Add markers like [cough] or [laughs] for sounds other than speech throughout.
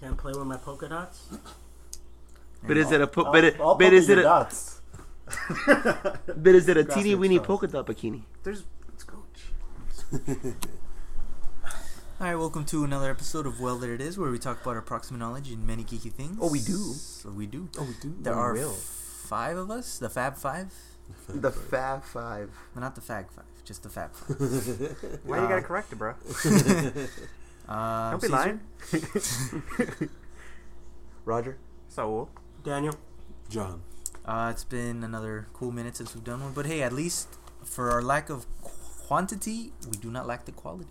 Can't play with my polka dots. But is it a po- I'll- but, it, I'll but put is it your a, dots. but is it a Grassroots teeny weeny dots. polka dot bikini? There's let's go. All right, welcome to another episode of Well There It Is, where we talk about our proximate knowledge and many geeky things. Oh, we do. So we do. Oh, we do. There we are will. five of us, the Fab Five. The Fab Five. Well, not the Fag Five, just the Fab [laughs] Five. Why you gotta correct it, bro? Uh, Don't be Caesar? lying. [laughs] Roger. Saul. Daniel, John. Uh, it's been another cool minute since we've done one, but hey, at least for our lack of quantity, we do not lack the quality.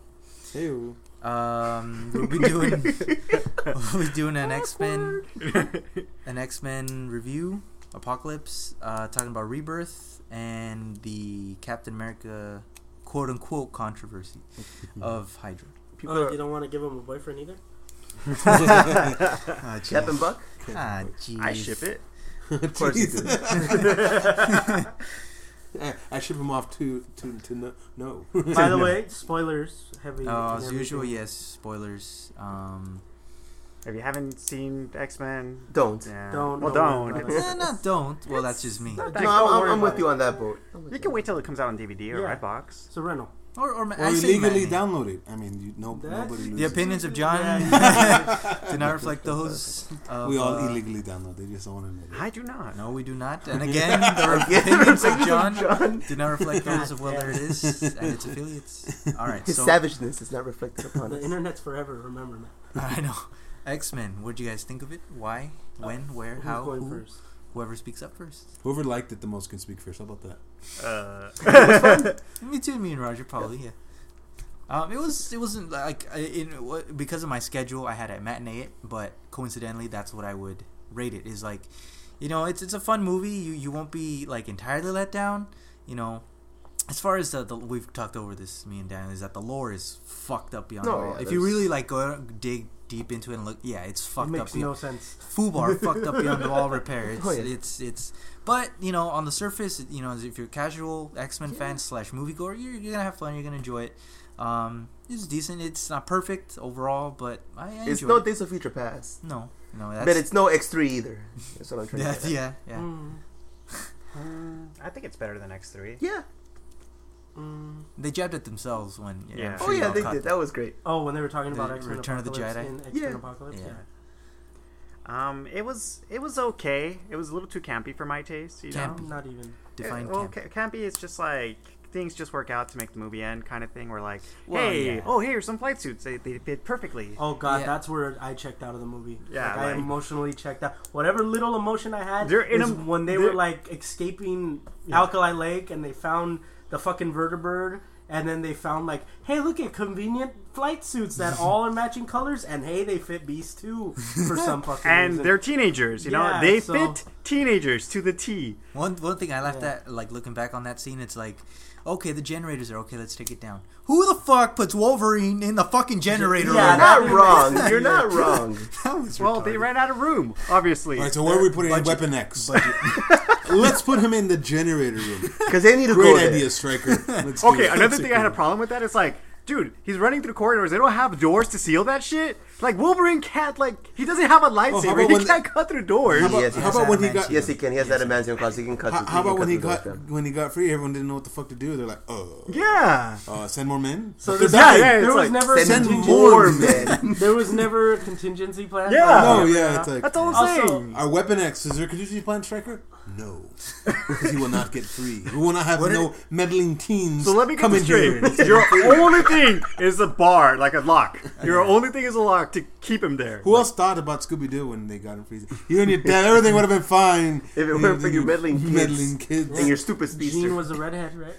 Ew. Um, we'll be doing [laughs] we'll be doing an X Men an X Men review, Apocalypse, uh, talking about Rebirth and the Captain America quote unquote controversy of [laughs] Hydra. [laughs] oh, you don't want to give him a boyfriend either. Ah, jeez. Captain Buck. Ah, jeez. I ship it. of course you [laughs] do. I ship him off to to to no. no. By the way, spoilers heavy. Uh, and as usual, everything. yes. Spoilers. [laughs] Um, If you haven't seen X Men, Don't. yeah. Don't- Well, don't don't. worry about eh, not don't. Well, that's just me. not that- No, Don't I'm, worry I'm, I'm with about you on that boat. I'm with You you can on wait till it comes out on DVD or Yeah. Redbox. It's a rental. Or, or, ma- I or say illegally matinee. downloaded. I mean, you, no, That's- nobody. The loses. opinions of John [laughs] do not reflect those. Of, we all uh, illegally download. They just don't want to admit it. I do not. No, we do not. [laughs] And again, the opinions of John, do not reflect those of whether it [laughs] is and its [laughs] affiliates. All right, [laughs] His so savageness is not reflected [laughs] upon The us. internet's forever. Remember, man. I know X Men. What do you guys think of it? Why? When? Where? Who's How? going Who? first? Whoever speaks up first. Whoever liked it the most can speak first. How about that? [laughs] Uh, Me too. Me and Roger probably. Yeah. Um, it was. It wasn't like I- in wa- because of my schedule. I had a matinee it, but coincidentally, that's what I would rate it. Is like, you know, it's it's a fun movie. You you won't be like entirely let down. You know, as far as the, the we've talked over this, me and Dan, is that the lore is fucked up beyond. No, belief. yeah, if you there's- really like go dig deep into it and look, yeah, it's it fucked up. makes no beyond- sense. [laughs] Fubar fucked up beyond all repair. It's, Oh, yeah. it's it's but you know on the surface, you know if you're a casual X Men fan slash moviegoer, you're, you're gonna have fun. You're gonna enjoy it. Um, it's decent. It's not perfect overall, but I, I It's enjoy no it. Days of Future Past, no, no, that's but it's [laughs] no X3 either. That's what I'm trying yeah, [laughs] to say. yeah, yeah. Mm, Uh, mm, I think it's better than X three. Yeah. mm. They jabbed at themselves when yeah. Yeah. I'm sure Oh you yeah, all they caught did. that. That was great. Oh, when they were talking The about X Men Return of the Apocalypse Jedi? and X Men Yeah. Apocalypse. Yeah. Yeah. Um, it was it was okay. It was a little too campy for my taste. You Campy. know? Not even. Define Uh, well, camp. ca- campy is just like things just work out to make the movie end kind of thing. We're like, Well, hey, yeah. oh here's some flight suits. They they fit perfectly. Oh god, Yeah. that's where I checked out of the movie. Yeah, like, I like- emotionally checked out. Whatever little emotion I had They're in is a- when they they're- were like escaping Alkali Lake and they found the fucking vertebrate. And then they found like, hey, look at convenient flight suits that all are matching colors, and hey, they fit Beast too for [laughs] some fucking and reason. they're teenagers, you know. Yeah, They so- fit teenagers to the T. One one thing I laughed Yeah. at, like looking back on that scene, it's like, okay, the generators are okay. Let's take it down. Who the fuck puts Wolverine in the fucking generator? Yeah, You're that- [laughs] room? not wrong. You're not [laughs] wrong. [laughs] that was Well, they retarded. ran out of room, obviously. All right, so where are we putting in Budget. Weapon X? [laughs] Let's put him in the generator room. Because they need to go Great there. idea, [laughs] Striker. Let's do okay, it. another thing I had a problem with that is like, dude, he's running through corridors. They don't have doors to seal that shit. Like Wolverine can't like he doesn't have a lightsaber. Oh, about he when- can't cut through [laughs] doors. How about, Yes, he how has about when he adamantium. got? Yes, he can. He has that adamantium class. He can cut. How, through- how can about cut when he through those got down. when he got free? Everyone didn't know what the fuck to do. They're like, oh, yeah. uh, send more men. So They're there's- dying. yeah, there it's was like, never a Send contingency- more [laughs] Oh, men. There was never a contingency plan. Uh, Yeah. Like, No, you yeah, know? it's like That's all I'm Also- saying. our Weapon X is there a contingency plan, Striker? No, because he will not get free. We will not have What no meddling teens. So let me come come in here. straight. [laughs] Your only thing is a bar, like a lock. Your only thing is a lock to keep him there. Who else thought about Scooby Doo when they got him freezing? You and your [laughs] dad, everything would have been fine If it weren't for your meddling kids. Meddling kids. And your stupid Jean speedster. was a redhead, right?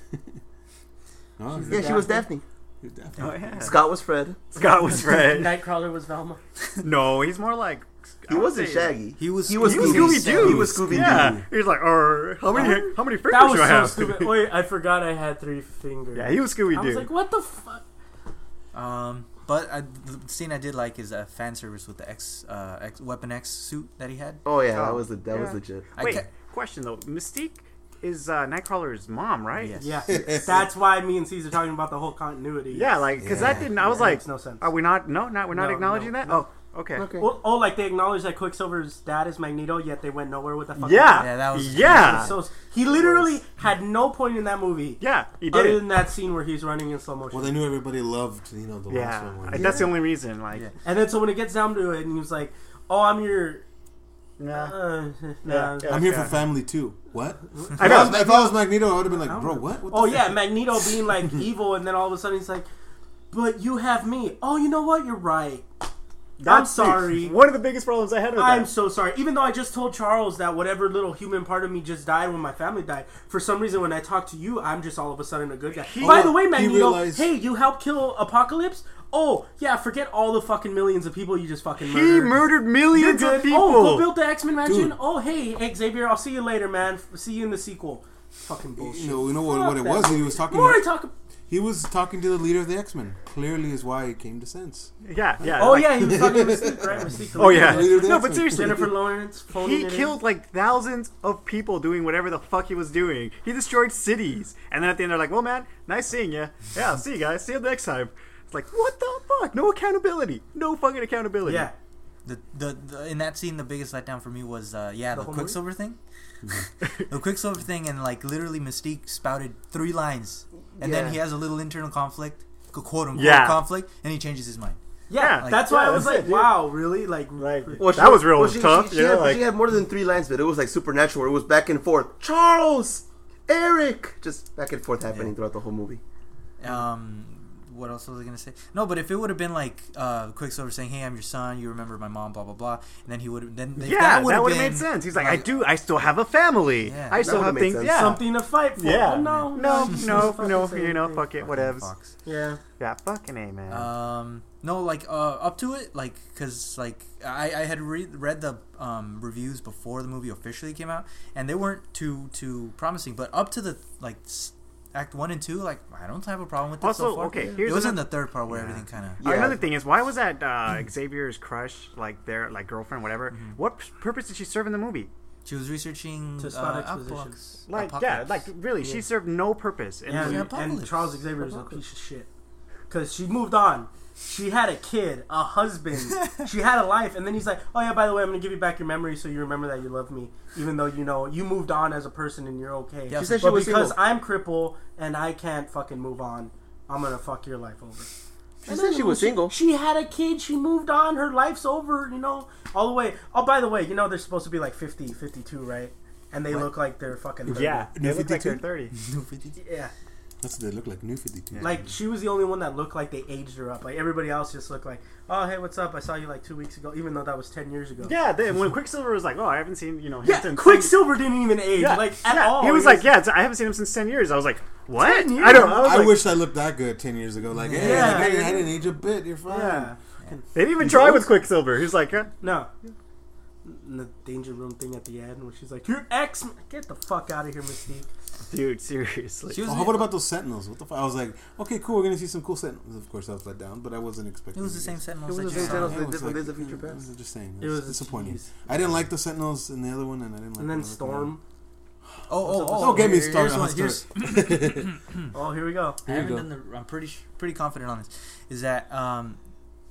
Oh, yeah, she was Daphne. you're deaf. Oh, yeah. Scott was Fred. Scott was red. [laughs] Nightcrawler was Velma. no, he's more like. I He would wasn't say- Shaggy. He was- He was he was Scooby Scooby-Doo. He was Scooby Doo. Yeah, he's like, "Arr, how many how many fingers That was do I so have?" stupid. Wait, I forgot I had three fingers. Yeah, he was Scooby I Doo. was like, what the fuck? Um, but I, the scene I did like is a fan service with the X, uh, X Weapon X suit that he had. Oh yeah, Oh, that was the, that was yeah. legit. Wait, I ca- question though. Mystique is uh, Nightcrawler's mom, right? Yes. [laughs] Yeah, that's why me and Caesar talking about the whole continuity. Yeah, like because that Yeah. didn't. I was Yeah, like, makes no sense. are we not? No, not we're not No, acknowledging no, that. no. Oh, Okay. Okay. Oh, oh, like they acknowledge that Quicksilver's dad is Magneto, yet they went nowhere with the fucking Yeah. Yeah, that was- Yeah. So he literally had no point in that movie. yeah, he did. Other it. than that scene where he's running in slow motion. Well, they knew everybody loved you know the last Yeah, one. I- when- that's the only reason. Like, Yeah. and then so when it gets down to it, and he was like, "Oh, I'm your." nah. Uh, [laughs] nah. Yeah, yeah, I'm here yeah. for family too. What? If know. was- If I was Magneto, I would have been like, bro, what? What the Oh fuck? yeah, Magneto being like evil, and then all of a sudden he's like, "But you have me." Oh, you know what? You're right. I'm That's sorry. One of the biggest problems I had with I'm that. so sorry. Even though I just told Charles that whatever little human part of me just died when my family died, for some reason when I talk to you, I'm just all of a sudden a good guy. By the way, he Magneto, realized- hey, you helped kill Apocalypse. Oh yeah, forget all the fucking millions of people you just fucking murdered. He murdered You're millions good. of people. Oh, go build the X Men mansion. Dude. Oh hey, Xavier, I'll see you later, man. F- See you in the sequel. Fucking bullshit. You know, you know what, what it Fuck was? that. He was talking. More I talk. He was talking to the leader of the X Men. Clearly, is why he came to sense. yeah, yeah. Oh like- yeah, he [laughs] was talking to Mystique, right? Mystique. Oh yeah. The leader of the No, X-Men. but seriously, Jennifer Lawrence. phoning he it in. killed like thousands of people doing whatever the fuck he was doing. He destroyed cities, and then at the end they're like, "Well, man, nice seeing you. Yeah, I'll see you guys. See you next time." It's like, what the fuck? No accountability. No fucking accountability. Yeah. The, the, the in that scene the biggest letdown for me was uh, yeah The the, whole movie? Mm-hmm. Quicksilver thing, [laughs] the Quicksilver thing and like literally Mystique spouted three lines and Yeah. then he has a little internal conflict, quote unquote Yeah. conflict, and he changes his mind. Yeah, Yeah, that's why yeah, I was that's like, it, dude. wow, really? Like, Right. re- Well, that was real she, tough. She, you she, know, had, like, she had more than three lines, but it was like supernatural. It was back and forth. Charles, Eric, just back and forth happening throughout the whole movie. Um, what else was I gonna say? No, but if it would have been like uh, Quicksilver saying, "Hey, I'm your son. You remember my mom." Blah blah blah. And then he would have. Then if yeah, that would would've have been, made sense. He's like, I do. I still have a family. Yeah. I That still would've have made things. sense. Yeah. something to fight for. Yeah. No, [laughs] No, it's no, just fucking no. same You know, thing. fuck it, Fucking whatevs. Fox. Yeah. Yeah, fucking a man. Um, no, like uh, up to it, like because like I, I had re- read the um, reviews before the movie officially came out, and they weren't too too promising. But up to the like s- act one and two, like I don't have a problem with this also, so far. okay. It Here's was in another- the third part where everything kind of. Yeah. Another thing is, why was that uh, Xavier's crush, like their like girlfriend, whatever? Mm-hmm. What p- purpose did she serve in the movie? She was researching To spot uh, exposition. apocalypse- Like, yeah, apocalypse. [laughs] like really, she served no purpose. in the Yeah, movie. and- and Apocalypse. Charles Xavier is a piece of shit because she moved on. She had a kid, a husband. she had a life, and then he's like, "Oh yeah, by the way, I'm gonna give you back your memory, so you remember that you love me, even though you know you moved on as a person and you're okay." Yeah. She said she but was because single. I'm cripple and I can't fucking move on, I'm gonna fuck your life over. She said she was single. She had a kid. She moved on. Her life's over, you know, all the way. Oh, by the way, you know, they're supposed to be like 50, 52, right? And they look like they're fucking 30. Yeah, New they look like 52? they're 30. Mm-hmm. [laughs] Yeah. That's what they look like. New Fifty Two. Like, she was the only one that looked like they aged her up. Like, everybody else just looked like, oh, hey, what's up? I saw you like two weeks ago, even though that was 10 years ago. Yeah, they, when Quicksilver was like, oh, I haven't seen, you know, him Yeah, since- Quicksilver didn't even age, Yeah, like, at yeah. all. He was like, yeah, it's- I haven't seen him since 10 years. I was like, what? 10 years? I don't I, was I like, wish I looked that good ten years ago. Like, hey, Yeah. I, didn't, I didn't age a bit. You're fine. Yeah. They didn't even try with Quicksilver. He's like, huh? No. And the danger room thing at the end, where she's like, "Your ex, get the fuck out of here, Mystique." dude, seriously. She was. Oh, how- what about those Sentinels? What the? F- I was like, okay, cool. We're gonna see some cool Sentinels. Of course, I was let down, but I wasn't it expecting. was the these. same Sentinels. It was that the you same saw. Sentinels. Yeah, they it was did with Days of yeah, Future it was Past. Interesting. It It was, was a disappointing. tease. I didn't like the Sentinels in the other one, and I didn't like. And then the other Storm. Oh, oh, oh! Don't get me here's started on one- this here's- Hmm. Oh, here we go. I Here you haven't done the. I'm pretty sh- pretty confident on this. Is that um,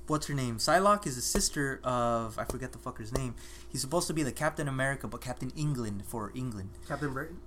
what's her name? Psylocke is the sister of I forget the fucker's name. He's supposed to be the Captain America, but Captain England for England. Captain Britain.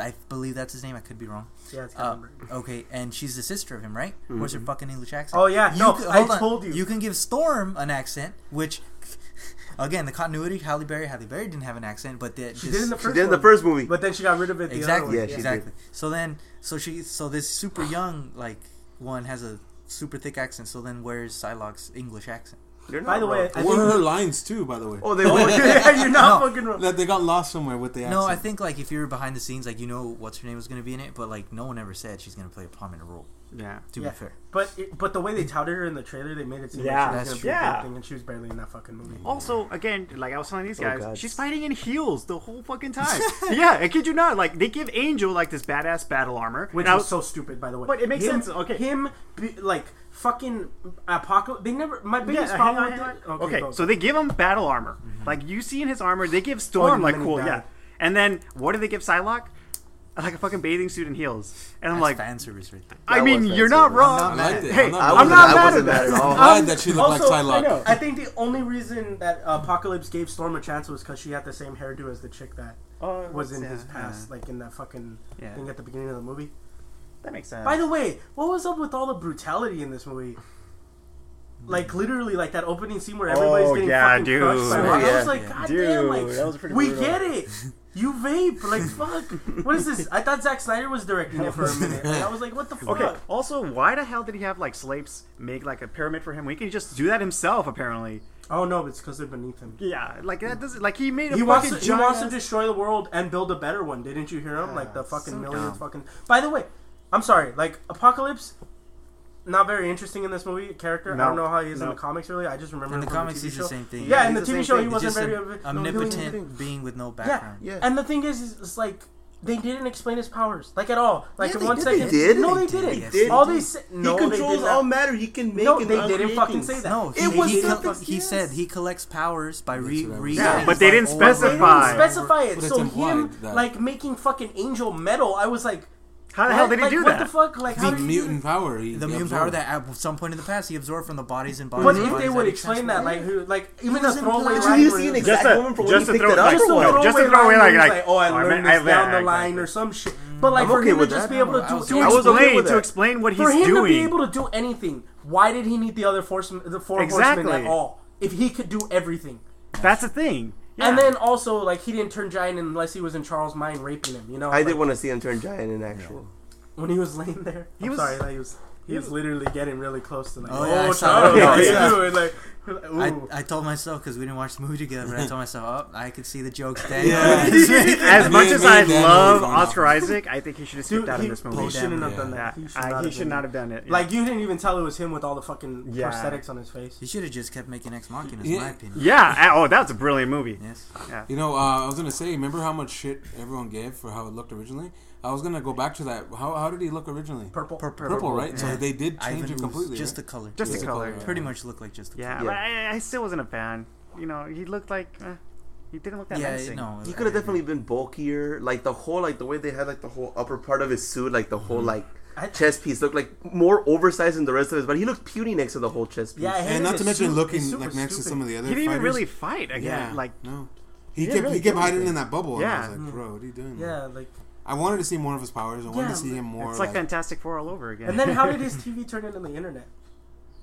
I believe that's his name. I could be wrong. Yeah, it's Captain Uh, Britain. okay, and she's the sister of him, right? What's her fucking English accent? Oh yeah, no, c- I hold on. told you. You can give Storm an accent, which, [laughs] again, the continuity. Halle Berry, Halle Berry didn't have an accent, but that she did in the first. She did in the one, first movie. but then she got rid of it. The exactly, Other Yeah, one. she exactly. So then, so she, so this super young like one has a super thick accent. So then, where's Psylocke's English accent? You're By not the wrong. way, I One. What are her think. lines too? By the way, oh, they [laughs] [laughs] were. yeah, you're not No. fucking wrong. that they got lost somewhere with the accent. No, I think like if you're behind the scenes, like you know what's her name was gonna be in it, but like no one ever said she's gonna play a prominent role. Yeah. To Yeah. be fair, But it, but the way they touted her in the trailer, they made it seem Yeah, like she that's was true. going to be a Yeah. big thing, and she was barely in that fucking movie. Also, again, like I was telling these Oh, guys, God. she's fighting in heels the whole [laughs] fucking time. yeah, I kid you not. Like they give Angel like this badass battle armor, Which and I is so stupid, by the way. But it makes Him- sense, okay. him be, like fucking apocalypse. They never. My Yeah, biggest hang problem on, with hang it. on. Okay, go. so they give him battle armor. Like you see in his armor, they give Storm Oh, like and cool, then he yeah. died. And then what do they give Psylocke? A like a fucking bathing suit and heels. And I'm That's like, fan service right there. I That mean, was you're not fancy. wrong. I'm I not liked it. Hey, I'm not, I I'm wasn't, not I mad wasn't at mad at that. all. glad that she looked also, like I, know, Psylocke. I think the only reason that Apocalypse gave Storm a chance was because she had the same hairdo as the chick Oh, that Uh, was in yeah, his past, like in that fucking Yeah. thing at the beginning of the movie. That makes sense. By the way, what was up with all the brutality in this movie? Like literally, like that opening scene where everybody's Mm. Oh, getting yeah, fucking dude. crushed. By Oh, I yeah. was like, God Dude, damn, like that was pretty we brutal. get it. You vape, [laughs] like fuck. What is this? I thought Zack Snyder was directing it for a minute. Like, I was like, what the fuck? Okay. Also, why the hell did he have like slaves make like a pyramid for him? We can just do that himself, apparently. Oh no, it's because they're beneath him. Yeah, like that doesn't like he made a He wants, fucking to, he giant wants to ass- destroy the world and build a better one. Didn't you hear him? like the Yeah, fucking so millionth dumb. fucking. By the way, I'm sorry. Like Apocalypse, not very interesting in this movie character. I No, don't know how he is in no. the comics. Really, I just remember In the him from comics, TV he's the show. same thing. Yeah, Yeah, in the he's the TV same show, he thing. It's wasn't just very an no, he wasn't omnipotent very- being with no Yeah, background. Yeah. and the thing is, is, is like they didn't explain his powers like at all. Like Yeah, in they one did. second, They did. no, they, They didn't. did. Yes, all they they did. said, he no, they controls did all not. matter. He can make No, and they uncreate didn't fucking things. say that. No, he, It was he, co- something- he yes. said he collects powers by re, what I was re- saying. Yeah, but they like didn't over and over. They didn't Specify. specify it. But it's So implied him that- like making fucking angel metal. I was like, How the hell what? did he Like, do what that? the fuck? Like how the did he do mutant that? power. He The mutant absorbed. power that at some point in the past he absorbed from the bodies and bodies. But and if bodies they would he explain that, transformed- like, who, like even the doesn't throwaway imply- line, Did you where see he an was- just exact to, moment for when just he to picked throw it up just just to a throw, or what? throwaway just to line throw away where like, he was like, like, oh, I meant- learned I this down meant- the I line meant- or some shit. But like I'm for okay him to with just that. be able to No, I do I was okay anything- was with delayed that. to explain what he's for him to doing. be able to do anything, why did he need the other force, the four Exactly. horsemen at all? If he could do everything, That's the thing. and then also like he didn't turn giant unless he was in Charles' mind raping him. You know, I Like, did want to see him turn giant in actual. when he was laying there. I'm was- sorry, like, he was he was literally getting really close to like, Oh, yeah, I oh, saw Charles, that. what are you Yeah. doing? Like, ooh. I, I told myself because we didn't watch the movie together, but I told myself, oh, I could see the jokes. Dang. [laughs] [laughs] as much Me- as me I and Dan love were going off. Oscar Isaac, I think he should have skipped Dude, out he, of this he movie. shouldn't have Yeah. done Yeah, that. He should, I- not, he have should done not that. have done it. yeah. Like you didn't even tell it was him with all the fucking Yeah. prosthetics on his face. He should have just kept making Ex Machina, in Yeah. my opinion. yeah. Oh, that's a brilliant movie. Yes. You know, uh, I was gonna say. Remember how much shit everyone gave for how it looked originally? I was gonna go back to that. How, how did he look originally? Purple. Purple, right? So Yeah. they did I change even it lose completely. Just the right? color. Just Just the the color. color. pretty much looked like just the Yeah, color. but I, I still wasn't a fan. You know, he looked like eh, he didn't look that Yeah, menacing. no. He I- could have definitely been bulkier. Like the whole, like the way they had like the whole upper part of his suit, like the whole like I- chest piece looked like more oversized than the rest of his. But he looked puny next to the whole chest piece. Yeah, I hated And not his to mention suit. looking His suit like was next to stupid. some of the other. He didn't even fighters. really fight Yeah. again. Like, no. He didn't kept really he kept do hiding anything. in that bubble. Yeah. Yeah. I was like, bro, what are you doing? Yeah, like I wanted to see more of his powers. I wanted Yeah, to see him more. it's like, like, Fantastic Four all over again. And then how did his TV turn into the internet?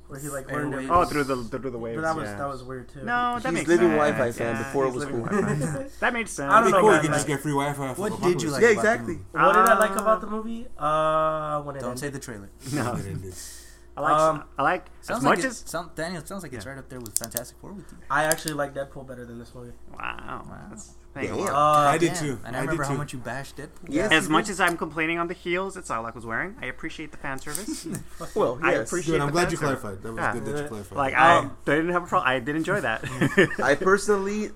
Where he like learned Airwaves. it. oh, through the through the waves. But that was yeah. that was weird too. no, that He's makes living sense. Wi-Fi, Sam, before it he's was living cool. Wi-Fi. [laughs] that made sense. I don't It'd know, be cool. You man, can just like- get free Wi-Fi. for What did Apocalypse. you like? Yeah, about the exactly. movie? What did I like Uh, about the movie? Uh, when it Don't say ended. the trailer. No, I like. Um, I like as Sounds much like it, as. sound, Daniel. Sounds like it's right up there with Fantastic Four with you. I actually like Deadpool better than this movie. Wow. that's- thank Damn. you. Uh, I did Damn. too. And I I, did remember how too. much you bashed Deadpool. Yes, As he much did. as I'm complaining on the heels that Psylocke was wearing, I appreciate the fan service. well, I yes. appreciate- Dude, I'm the glad you fencer. clarified. That was Yeah. good that you clarified. like I Um, didn't have a problem. I did enjoy that. [laughs] I personally,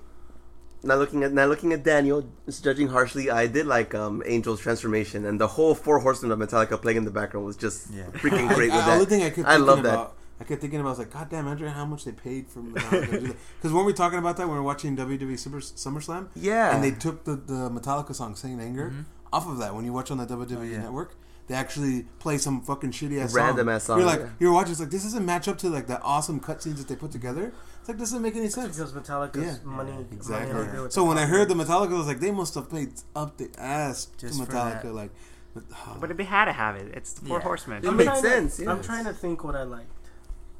not looking at not looking at Daniel, just judging harshly. I did like um Angel's transformation and the whole four horsemen of Metallica playing in the background was just Yeah. [laughs] freaking I, great I, with only that. thing I kept I thinking love that. about, I kept thinking about, I was like, God damn, Andrea, how much they paid for Because weren't we talking about that when we were watching WWE Super SummerSlam? Yeah. Mm-hmm. And they took the, the Metallica song, Singing Anger, off of that. When you watch on the WWE Oh, yeah. network, they actually play some fucking shitty ass Random song. ass song, You're like, yeah. you're watching, it's like, this doesn't match up to like the awesome cutscenes that they put together. It's like, doesn't make any sense. Because Uh, Metallica's Yeah. money, money Exactly. over here with So the- when I heard the Metallica, I was like, they must have played up the ass Just to for that. Metallica. Like, but, oh, but they had to have it. It's the Four Yeah. Horsemen. It I'm makes trying to- sense, I'm yes. trying to think what I liked.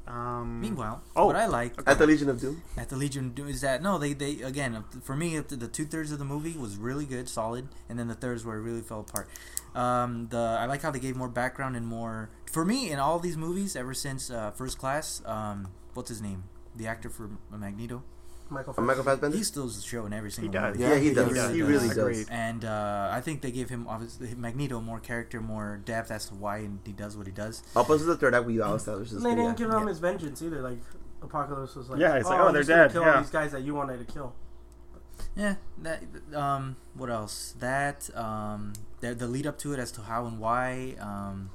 Um, Meanwhile, Oh. what I liked At the Legion of Doom, at the Legion do is that no, they they again for me the, the two thirds of the movie was really good, solid, and then the thirds where it really fell apart. Um, the I like how they gave more background and more for me in all these movies ever since uh, First Class. Um, what's his name? The actor for Magneto. Michael. Michael Fassbender. He steals the show in every single does. movie. yeah, he he does. really He does. really does. Agreed. And uh, I think they gave him obviously Magneto more character, more depth as to why he does what he does. Up until the third act, we all established this. And they but didn't yeah. give him Yeah. his vengeance either. Like Apocalypse was like, Yeah, it's oh, like, oh, I'm they're just gonna dead, Kill all yeah. these guys that you wanted to kill. Yeah, that. Um, what else? That. Um, the, the lead up to it as to how and why. Um,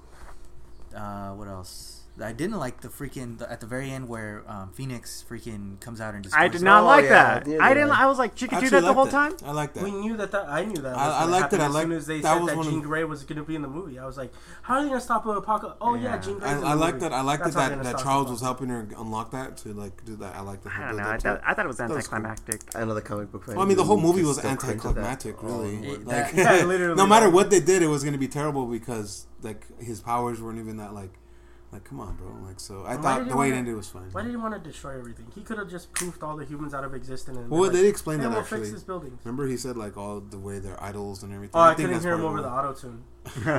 uh, what else? I didn't like the freaking the, at the very end where um, Phoenix freaking comes out and just. I points- did not Oh, like yeah, that. yeah, I didn't. yeah. I was like, she could do Actually that the liked whole time. I like that. We knew that. that I knew that. I- was I gonna liked happen it. I as liked- soon as they that said was that one of Jean the- Grey was going to be in the movie. I was like, how are they going to stop Apocalypse? Oh yeah, Yeah. Jean Grey. I, I like that. I like that, That's how they're that, gonna that stop Charles the was helping her unlock that to like do that. I like that. I that- don't know. that- I thought, I thought it was that was cool. anticlimactic. Another comic book fan. Well, I mean, the who whole movie just was still cringe at that. anticlimactic, really. It- like, Oh, [laughs] that- Yeah, literally no matter that. what they did, it was gonna be terrible because like his powers weren't even that like, like come on, bro. Like so, I why thought did the you way it wanna- ended was fine. Why did he want to destroy everything? He could have just poofed all the humans out of existence. And Well, been they like, explained "Hey, that we'll actually. fix this building. Remember, he said like all the way they're idols and everything. Oh, I, couldn't that's hear him over part of the it. auto tune.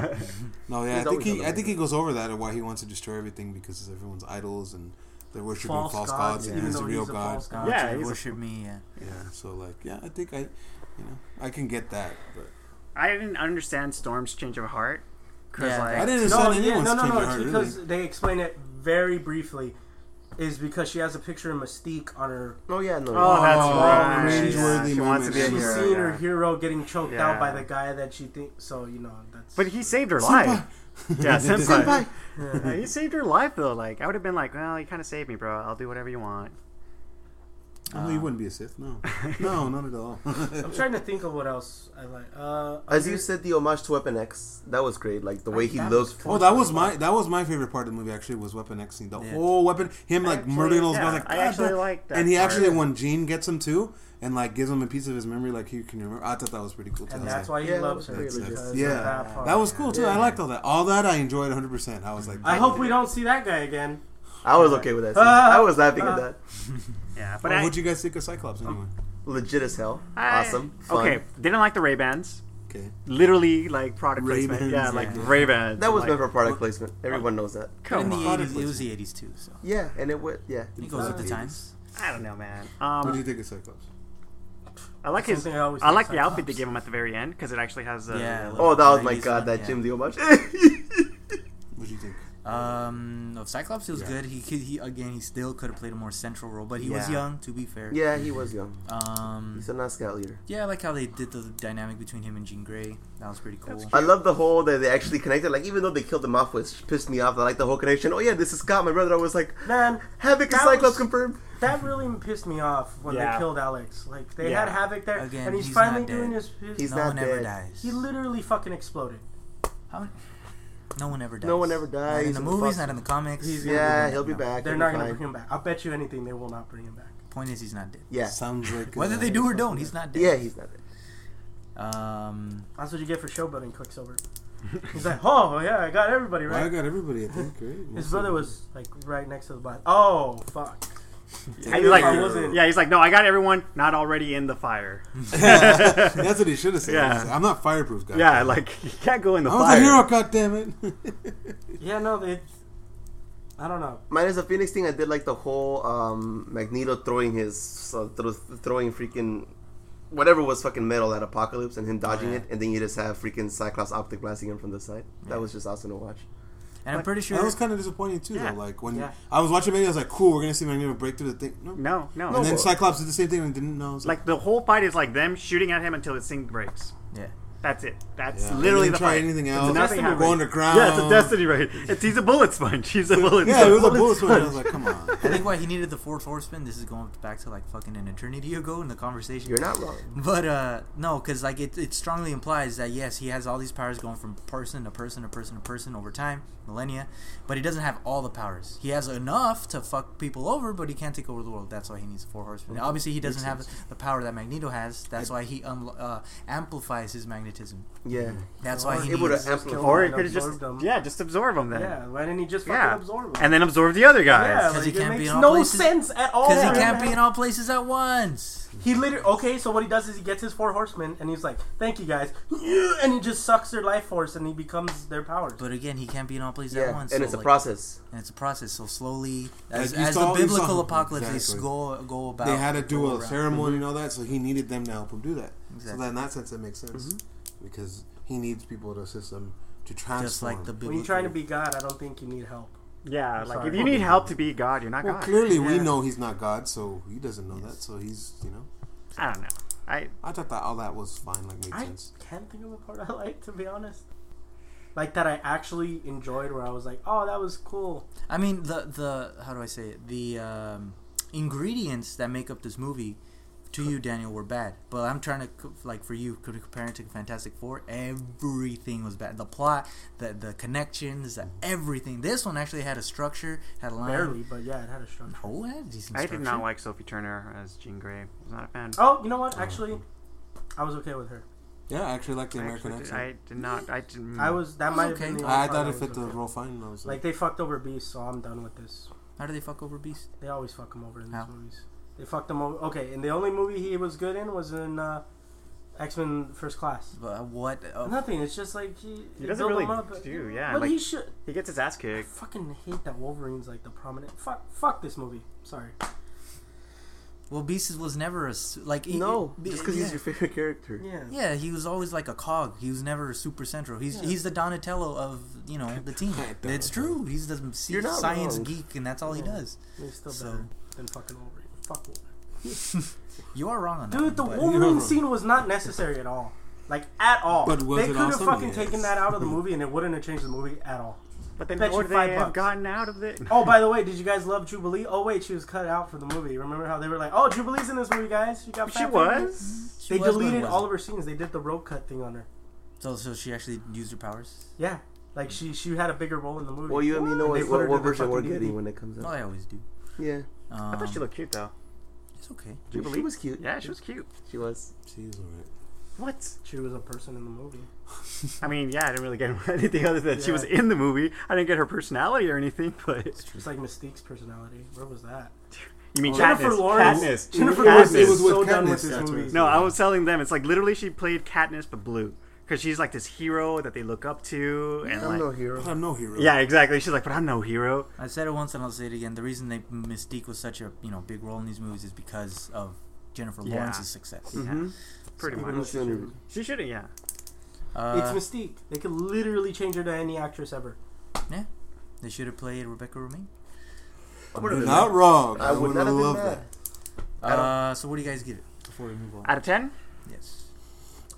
No, yeah, He's I think always on he, the I think way. he goes over that and why he wants to destroy everything because everyone's idols and they're worshiping false, False gods, gods, and even he's a though real he's a god. false god. God, Yeah, you he's a- worship me. Yeah. Yeah, so like, yeah, I think I, you know, I can get that, but I didn't understand Storm's change of heart. Cause Yeah, like, I didn't No, understand yeah, anyone's no, no, change no. of It's heart, because really. they explain it very briefly. Is because she has a picture of Mystique on her. Oh yeah, no. Oh, that's Oh, right. cringeworthy she wants moment. to be a She's hero. seen her yeah. hero getting choked Yeah. out by the guy that she thinks. So you know that's. But he saved her Senpai! life. Yeah, senpai. Senpai. Yeah, he saved her life though. Like I would have been like, well, you kind of saved me, bro. I'll do whatever you want. Oh, no, you wouldn't be a Sith. [laughs] No, no, not at all. I'm trying to think of what else I like. Uh, As you other- said, the homage to Weapon X, that was great. Like the way he That looks. oh, that was my that was my favorite part of the movie. Actually, was Weapon X scene. The Yeah. whole weapon, him like Actually, murdering all those yeah, guys. Like, I God actually damn. liked that And he part. actually, when Gene gets him too, and like gives him a piece of his memory, like he can remember. I thought that was pretty cool. Too. I and was that's like, why he Yeah, that loves was her. pretty legit. because of Yeah. that, part. that was cool too. Yeah. I liked all that. All that I enjoyed 100. percent I was like, I damn. hope we don't see that guy again. I was okay with that. Scene. Ah, I was laughing ah. at that. Yeah, but But I, what "Oh, you guys think of Cyclops anyway? Legit as hell. I- awesome. Fun. Okay, didn't like the Ray Bans. Okay. Literally, like product Ray-Bans, placement. Yeah, like yeah. Ray Bans. That was like, meant for product placement. Everyone knows that. But in Come the on. Product 80s, it was the 80s too. So Yeah, and it would. Yeah, it goes with the Uh, times. I don't know, man. What do Um, you think of Cyclops? I like his. Something I always I say, like the outfit they Cyclops. gave him at the very end because it actually has. A, Yeah. [laughs] Oh, that was my 90s god, one, that yeah. Jim [laughs] Lee homage. What do you think? Um, of Cyclops, he was Yeah. good. He could, he again, he still could have played a more central role, but he was Yeah. young. To be fair, yeah, he was young. Um, He's a nice scout leader. yeah, I like how they did the dynamic between him and Jean Grey. That was pretty cool. I love the whole that they actually connected. Like, even though they killed him off, which pissed me off, I like the whole connection. Oh, yeah, this is Scott, my brother. I was like, Man, Havoc and That Cyclops was- confirmed. that really pissed me off when Yeah. they killed Alex. Like they Yeah. had Havoc there, Again, and he's, he's finally not dead. doing his. his He's no not one ever dead. dies. he literally fucking exploded. How many- no one ever dies. No one ever Not dies. in the He's movies, fuck- not in the comics. He's gonna Yeah, he'll be No. back. They're he'll not be going to fine. bring him back. I bet you anything they will not bring him back. Point is, he's not dead. Yeah. Sounds like Whether uh, they do or don't, he's not dead. Yeah, he's not dead. Um, That's what you get for showboating Quicksilver. He's like, oh yeah, I got everybody Well, I right. got everybody. I [laughs] think. Right? His [laughs] brother was like right next to the body. Oh [laughs] fuck! And I he's like, I wasn't. yeah, he's like, no, I got everyone not already in the fire. That's what he should have said. Yeah. I'm not fireproof, guy. Yeah, like [laughs] you can't go in the I was fire. a hero. God damn [laughs] it. Yeah, no, they. I don't know. Minus the Phoenix thing, I did like the whole um, Magneto throwing his uh, thro- throwing freaking whatever was fucking metal at Apocalypse and him dodging yeah. it, and then you just have freaking Cyclops optic blasting him from the side. That was just awesome to watch. and I'm pretty sure. that was kind of disappointing too, Yeah. though. Like when Yeah. I was watching, maybe I was like, "Cool, we're gonna see Magneto break through the thing." No. No, no. And then but- Cyclops did the same thing and didn't know. I was like the whole fight is like them shooting at him until his thing breaks. yeah. That's it. That's Yeah. They literally didn't the try fight. anything It's else. nothing Go happened. underground. Yeah, it's a destiny raid. It's he's a bullet sponge. [laughs] He's a bullet. yeah, it was a sponge. bullet sponge. I was like, "Come on." I think why he needed the fourth horseman. This is going back to like fucking an eternity ago in the conversation. You're not wrong. But uh no, because like it, it strongly implies that yes, he has all these powers going from person to person to person to person over time, millennia. But he doesn't have all the powers. He has enough to fuck people over, but he can't take over the world. That's why he needs four horsemen. Obviously, he doesn't have the power that Magneto has. That's why he unlo uh, amplifies his magnetism. Yeah, That's Or why he it would needs. have killed amplified. Or Or it it could could've have just- just absorbed them. yeah, just absorb them then. Yeah, why didn't he just fucking Yeah. absorb him? and then absorb the other yeah, guys. like, he it can't be makes in all no places. sense at Oh, all. Because he man. can't be in all places at once. He literally okay. So what he does is he gets his four horsemen and he's like, "Thank you guys," [laughs] and he just sucks their life force and he becomes their powers. But again, he can't be in all places at Yeah, once. and so, it's a like, process. And it's a process. So slowly, as, Like, you as saw- the you saw- biblical apocalypse, Exactly. they go go about. They had to do go a around. ceremony and all that, so he needed them to help him do that. So Exactly. that in that sense, that makes sense because he needs people to assist him to transform. just like the biblical. when you're trying to be God, I don't think you need help. Yeah, like sorry. if you need help to be God, you're not Well, God. clearly we Yeah. know he's not God, so he doesn't know that. So he's, you know, I don't know. I I thought that all that was fine, like made [laughs] I sense. can't think of a part I like to be honest. like that I actually enjoyed, where I was like, oh, that was cool. I mean the the how do I say it? The um, ingredients that make up this movie to you, Daniel, were bad. But I'm trying to co- like for you could compare it to Fantastic Four. Everything was bad. The plot, the the connections, the, everything. This one actually had a structure, had a line. Barely, but yeah, it had a structure. Oh, it had a decent I structure. did not like Sophie Turner as Jean Grey. I was not a fan. Oh, you know what? Actually, I was okay with her. Yeah, I actually like the I American actually did- accent. I did not. I didn't. I was that Mm. It was might have okay. been. The only I, part I thought it was fit the okay. role fine. and I was Like like, they fucked over Beast, so I'm done with this. How do they fuck over Beast? They always fuck him over in these How? movies. They fucked him over. Okay, and the only movie he was good in was in uh, X Men First Class. But what? uh, Nothing. It's just like he, He they doesn't build really him up, do, yeah, But like- he should. He gets his ass I kicked. fucking hate that Wolverine's like the prominent. Fuck, fuck this movie. Sorry. well, Beast was never a s- like he- no, he- just because yeah. he's your favorite character. e- Yeah. Yeah, he was always like a cog. He was never super central. He's Yeah. he's the Donatello of you know the team. it's true. He's the s- You're not science wrong. geek, and that's all he Yeah. does. He's still So- better than fucking Wolverine. Fuck Wolverine. You are wrong on that. Dude, the one, but- Wolverine No. scene was not necessary at all. Like at all. But was they it could have awesome? fucking Yes. taken that out of the movie, and it wouldn't have changed the movie at all. But then Bet you what would they five have bucks. gotten out of it? Oh, by the way, did you guys love Jubilee? Oh wait, she was cut out for the movie. Remember how they were like, "Oh, Jubilee's in this movie, guys." She got she fat was. They She was, but deleted all of wasn't. her scenes. They did the rope cut thing on her. So so she actually used her powers. Yeah, like she she had a bigger role in the movie. Well, you and me know They what, put her what, to what the version we're fucking getting movie. when it comes Oh, out. I always do. Yeah, Um, I thought she looked cute though. It's okay. she Jubilee? was cute. Yeah, she was cute. She was. she's alright. What? she was a person in the movie. I mean, yeah, I didn't really get [laughs] anything other than she was Yeah. in the movie. I didn't get her personality or anything, [laughs] but It's like Mystique's personality. Where was that? you mean Jennifer Katniss? Lawrence. Jennifer Katniss. Jennifer Lawrence Katniss. is It was with so done with Katniss, this that's movie. what No, I was telling them it's like literally she played Katniss but blue because she's like this hero that they look up to and I'm like no But hero. I'm no hero. yeah, exactly. She's like, but I'm no hero. I said it once and I'll say it again. The reason they Mystique was such a you know big role in these movies is because of Jennifer Yeah. Lawrence's success. Mm. Yeah, pretty Mm-hmm. Even much. if you're in- She shouldn't. Yeah, Uh, it's Mystique. They could literally change her to any actress ever. they should have played Rebecca Romaine. Would've You're been not wrong. I would not have been love mad. that. I don't- Uh, so what do you guys give it before we move on? out of ten, yes,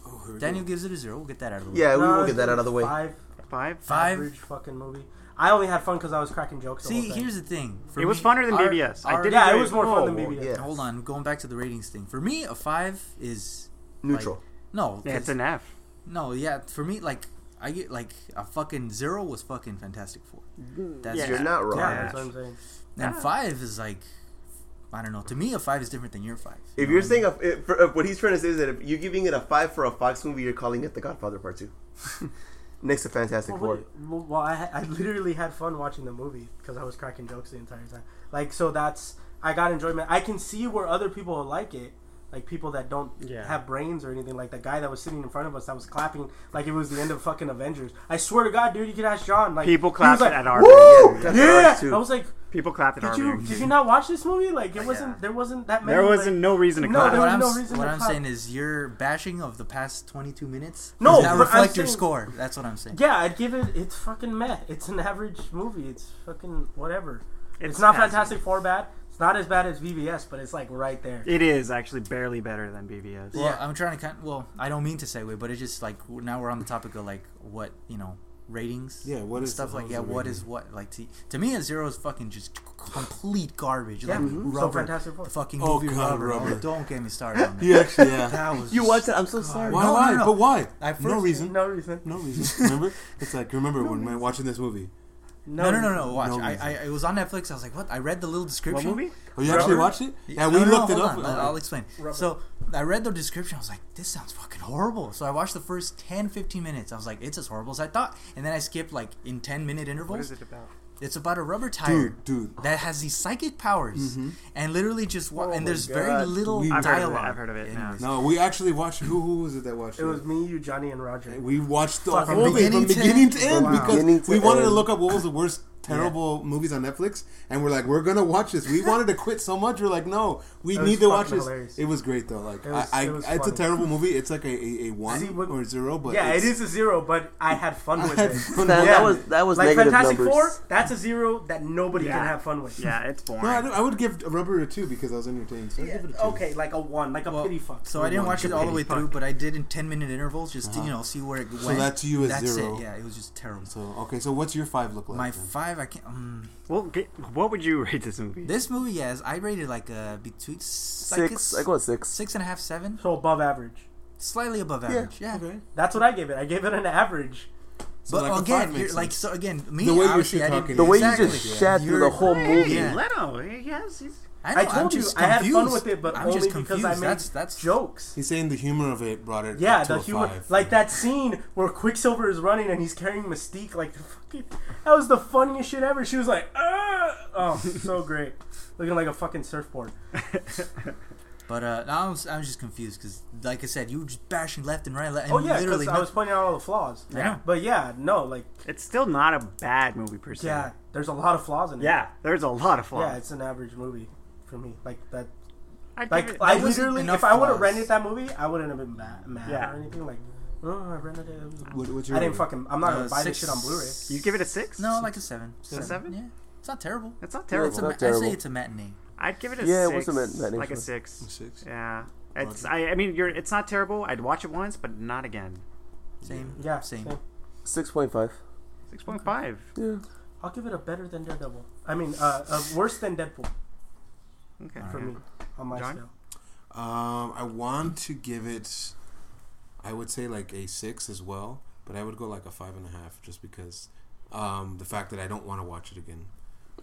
Oh, here we Daniel go. gives it a zero. We'll get that out of the way. Yeah, we No, will get that out of the way. Five, five. Five. average fucking movie. I only had fun because I was cracking jokes. the See, whole thing. here's the thing. For It was me, funner than our- BBS. I our- did yeah, it enjoy was more fun than Oh, BBS. yeah. Hold on, going back to the ratings thing. For me, a five is Neutral. no. Yeah, it's 'cause- an F. no, yeah. For me, like I get like a fucking zero was fucking Fantastic Four. That's Yeah. You're just- not wrong. Yeah, Yeah. that's what I'm saying. And Yeah. five is like, I don't know. To me, a five is different than your five. If know you're what I saying a, if, for, if what he's trying to say is that if you're giving it a five for a Fox movie, you're calling it The Godfather Part Two. [laughs] Next to Fantastic Well, Four. what- well, well, I, I literally had fun watching the movie because I was cracking jokes the entire time. Like, so that's I got enjoyment. I can see where other people will like it, like people that don't Yeah. have brains or anything. Like the guy that was sitting in front of us that was clapping like it was the end of fucking Avengers. I swear to God, dude, you could ask John. Like People he was clapped like, at [laughs] our Woo! Clapped at Yeah, ours, too. I was like, People clapped at did our you meeting. did you not watch this movie? Like it wasn't Yeah. there wasn't that many. There like- wasn't no reason to No, clap. there what was I'm, no s- reason what to I'm clap. saying is your bashing of the past 22 minutes No, does not but I'm reflect your saying- score. That's what I'm saying. Yeah, I'd give it. It's fucking meh. It's an average movie. It's fucking whatever. It's, It's not passing. Fantastic Four bad. It's not as bad as VBS, but it's like right there. It is actually barely better than BBS. Well, I'm trying to kind. well, I don't mean to segue, but it's just like w- now we're on the topic of like what you know ratings. Yeah, what and is- stuff like? how's Yeah, the what rating? is what? Like to, to me, a zero is fucking just c- complete garbage. Yeah, Like mm-hmm. mhm. So rubber, Fantastic Four. the fucking Oh, movie God, rubber. Rubber. Oh, don't get me started [laughs] on that. You actually, yeah. That was You just- watched it. I'm so sorry. Why? No, no, why? no. But why? I no first- reason. No reason. No reason. Remember? It's like remember when we're watching this movie. No, no, no, no. Watch. No I, reason. I, it was on Netflix. I was like, what? I read the little What description. movie? Oh, you actually Rubber? watched it? Yeah, No, we no, no, looked it hold up. on. Oh, I'll I'll explain. Rubber. So I read the description. I was like, this sounds fucking horrible. So I watched the first 10, 15 minutes. I was like, it's as horrible as I thought. And then I skipped like in 10 minute intervals. What is it about? It's about a rubber tire dude, dude. that has these psychic powers and literally just wa- Oh and my there's very God. little Weird. I've heard of it. dialogue. I've heard of it. [laughs] now. Anyways. No, we actually watched. Who who was it that watched it? It was me, you, Johnny, and Roger. We watched the Fuck, whole beginning thing from to beginning to end. end Wow. because Beginning to we wanted to end. look up what was the worst terrible movies on Netflix, and we're like, we're gonna watch this. We wanted to quit so much. We're like, no, we It was need to watch fucking this. hilarious. It was great though. Like, It was- I, I, it was it's a funny. terrible movie. It's like a, a, a one See, what- or zero, but yeah, it's, it is a zero, but I had fun with I had it. fun That, Yeah. that was that was like negative Fantastic numbers. Four, that's a zero that nobody Yeah. can have fun with. Yeah, it's No, I, don't- boring. I would give Rubber a two because I was entertained. So I'd give it a two. Okay, like a one, like a Well, pity fuck. So I didn't watch it all the way Fuck. through, but I did in ten minute intervals just to you know see where it went. So that to you is That's zero. it. Yeah, it was just terrible. So okay, so what's your five look like? My then? five, I can't. Um, Well, g- what would you [laughs] rate this movie? this movie, yes, I rated like a between six, like Six. it's I go with six. six and a half, seven, So above average. slightly above average. Yeah, okay. That's what I gave it. I gave it an average. So but like a five again, makes you're, sense. like so again, me The way you're obviously, I shit-talking didn't- it. The way exactly. you just shat through You're- the whole movie. yeah. Leto, he has, he's, I I, know, I'm told you just I had fun confused. with it, but I'm only just because confused. I made that's that's jokes. He's saying the humor of it brought it. Yeah, up to the a humor, five. like that scene where Quicksilver is running and he's carrying Mystique, like fucking, that was the funniest shit ever. She was like, ah! oh, [laughs] so great, looking like a fucking surfboard. But uh, no, I was I was just confused because, like I said, you were just bashing left and right. le- And Oh yeah, literally, because I no- was pointing out all the flaws. Yeah. but yeah, no, like it's still not a bad movie per se. yeah, there's a lot of flaws in it. Yeah, there's a lot of flaws. yeah, it's an average movie for me. Like that, I'd give like it- I There wasn't literally, enough if I would have flaws. rented that movie, I wouldn't have been mad, mad Yeah. or anything. Like, oh, I rented it. it was- What, what's your I didn't fucking. I'm not Uh, gonna buy six- this shit on Blu-ray. you give it a six? no, like a seven. A seven? Yeah, it's not terrible. it's not It's terrible. a not ma- I terrible. say it's a matinee. I'd give it a Yeah, it six. wasn't meant- meant like a for- six. Six. Yeah, it's. I, I mean, you're. It's not terrible. I'd watch it once, but not again. Same. [laughs] Yeah, same. same. Six point five. Six point five. Yeah. I'll give it a better than Daredevil. I mean, uh, uh worse than Deadpool Okay. for me on my John? scale. [laughs] Um, I want to give it. I would say like a six as well, but I would go like a five and a half just because um, the fact that I don't want to watch it again.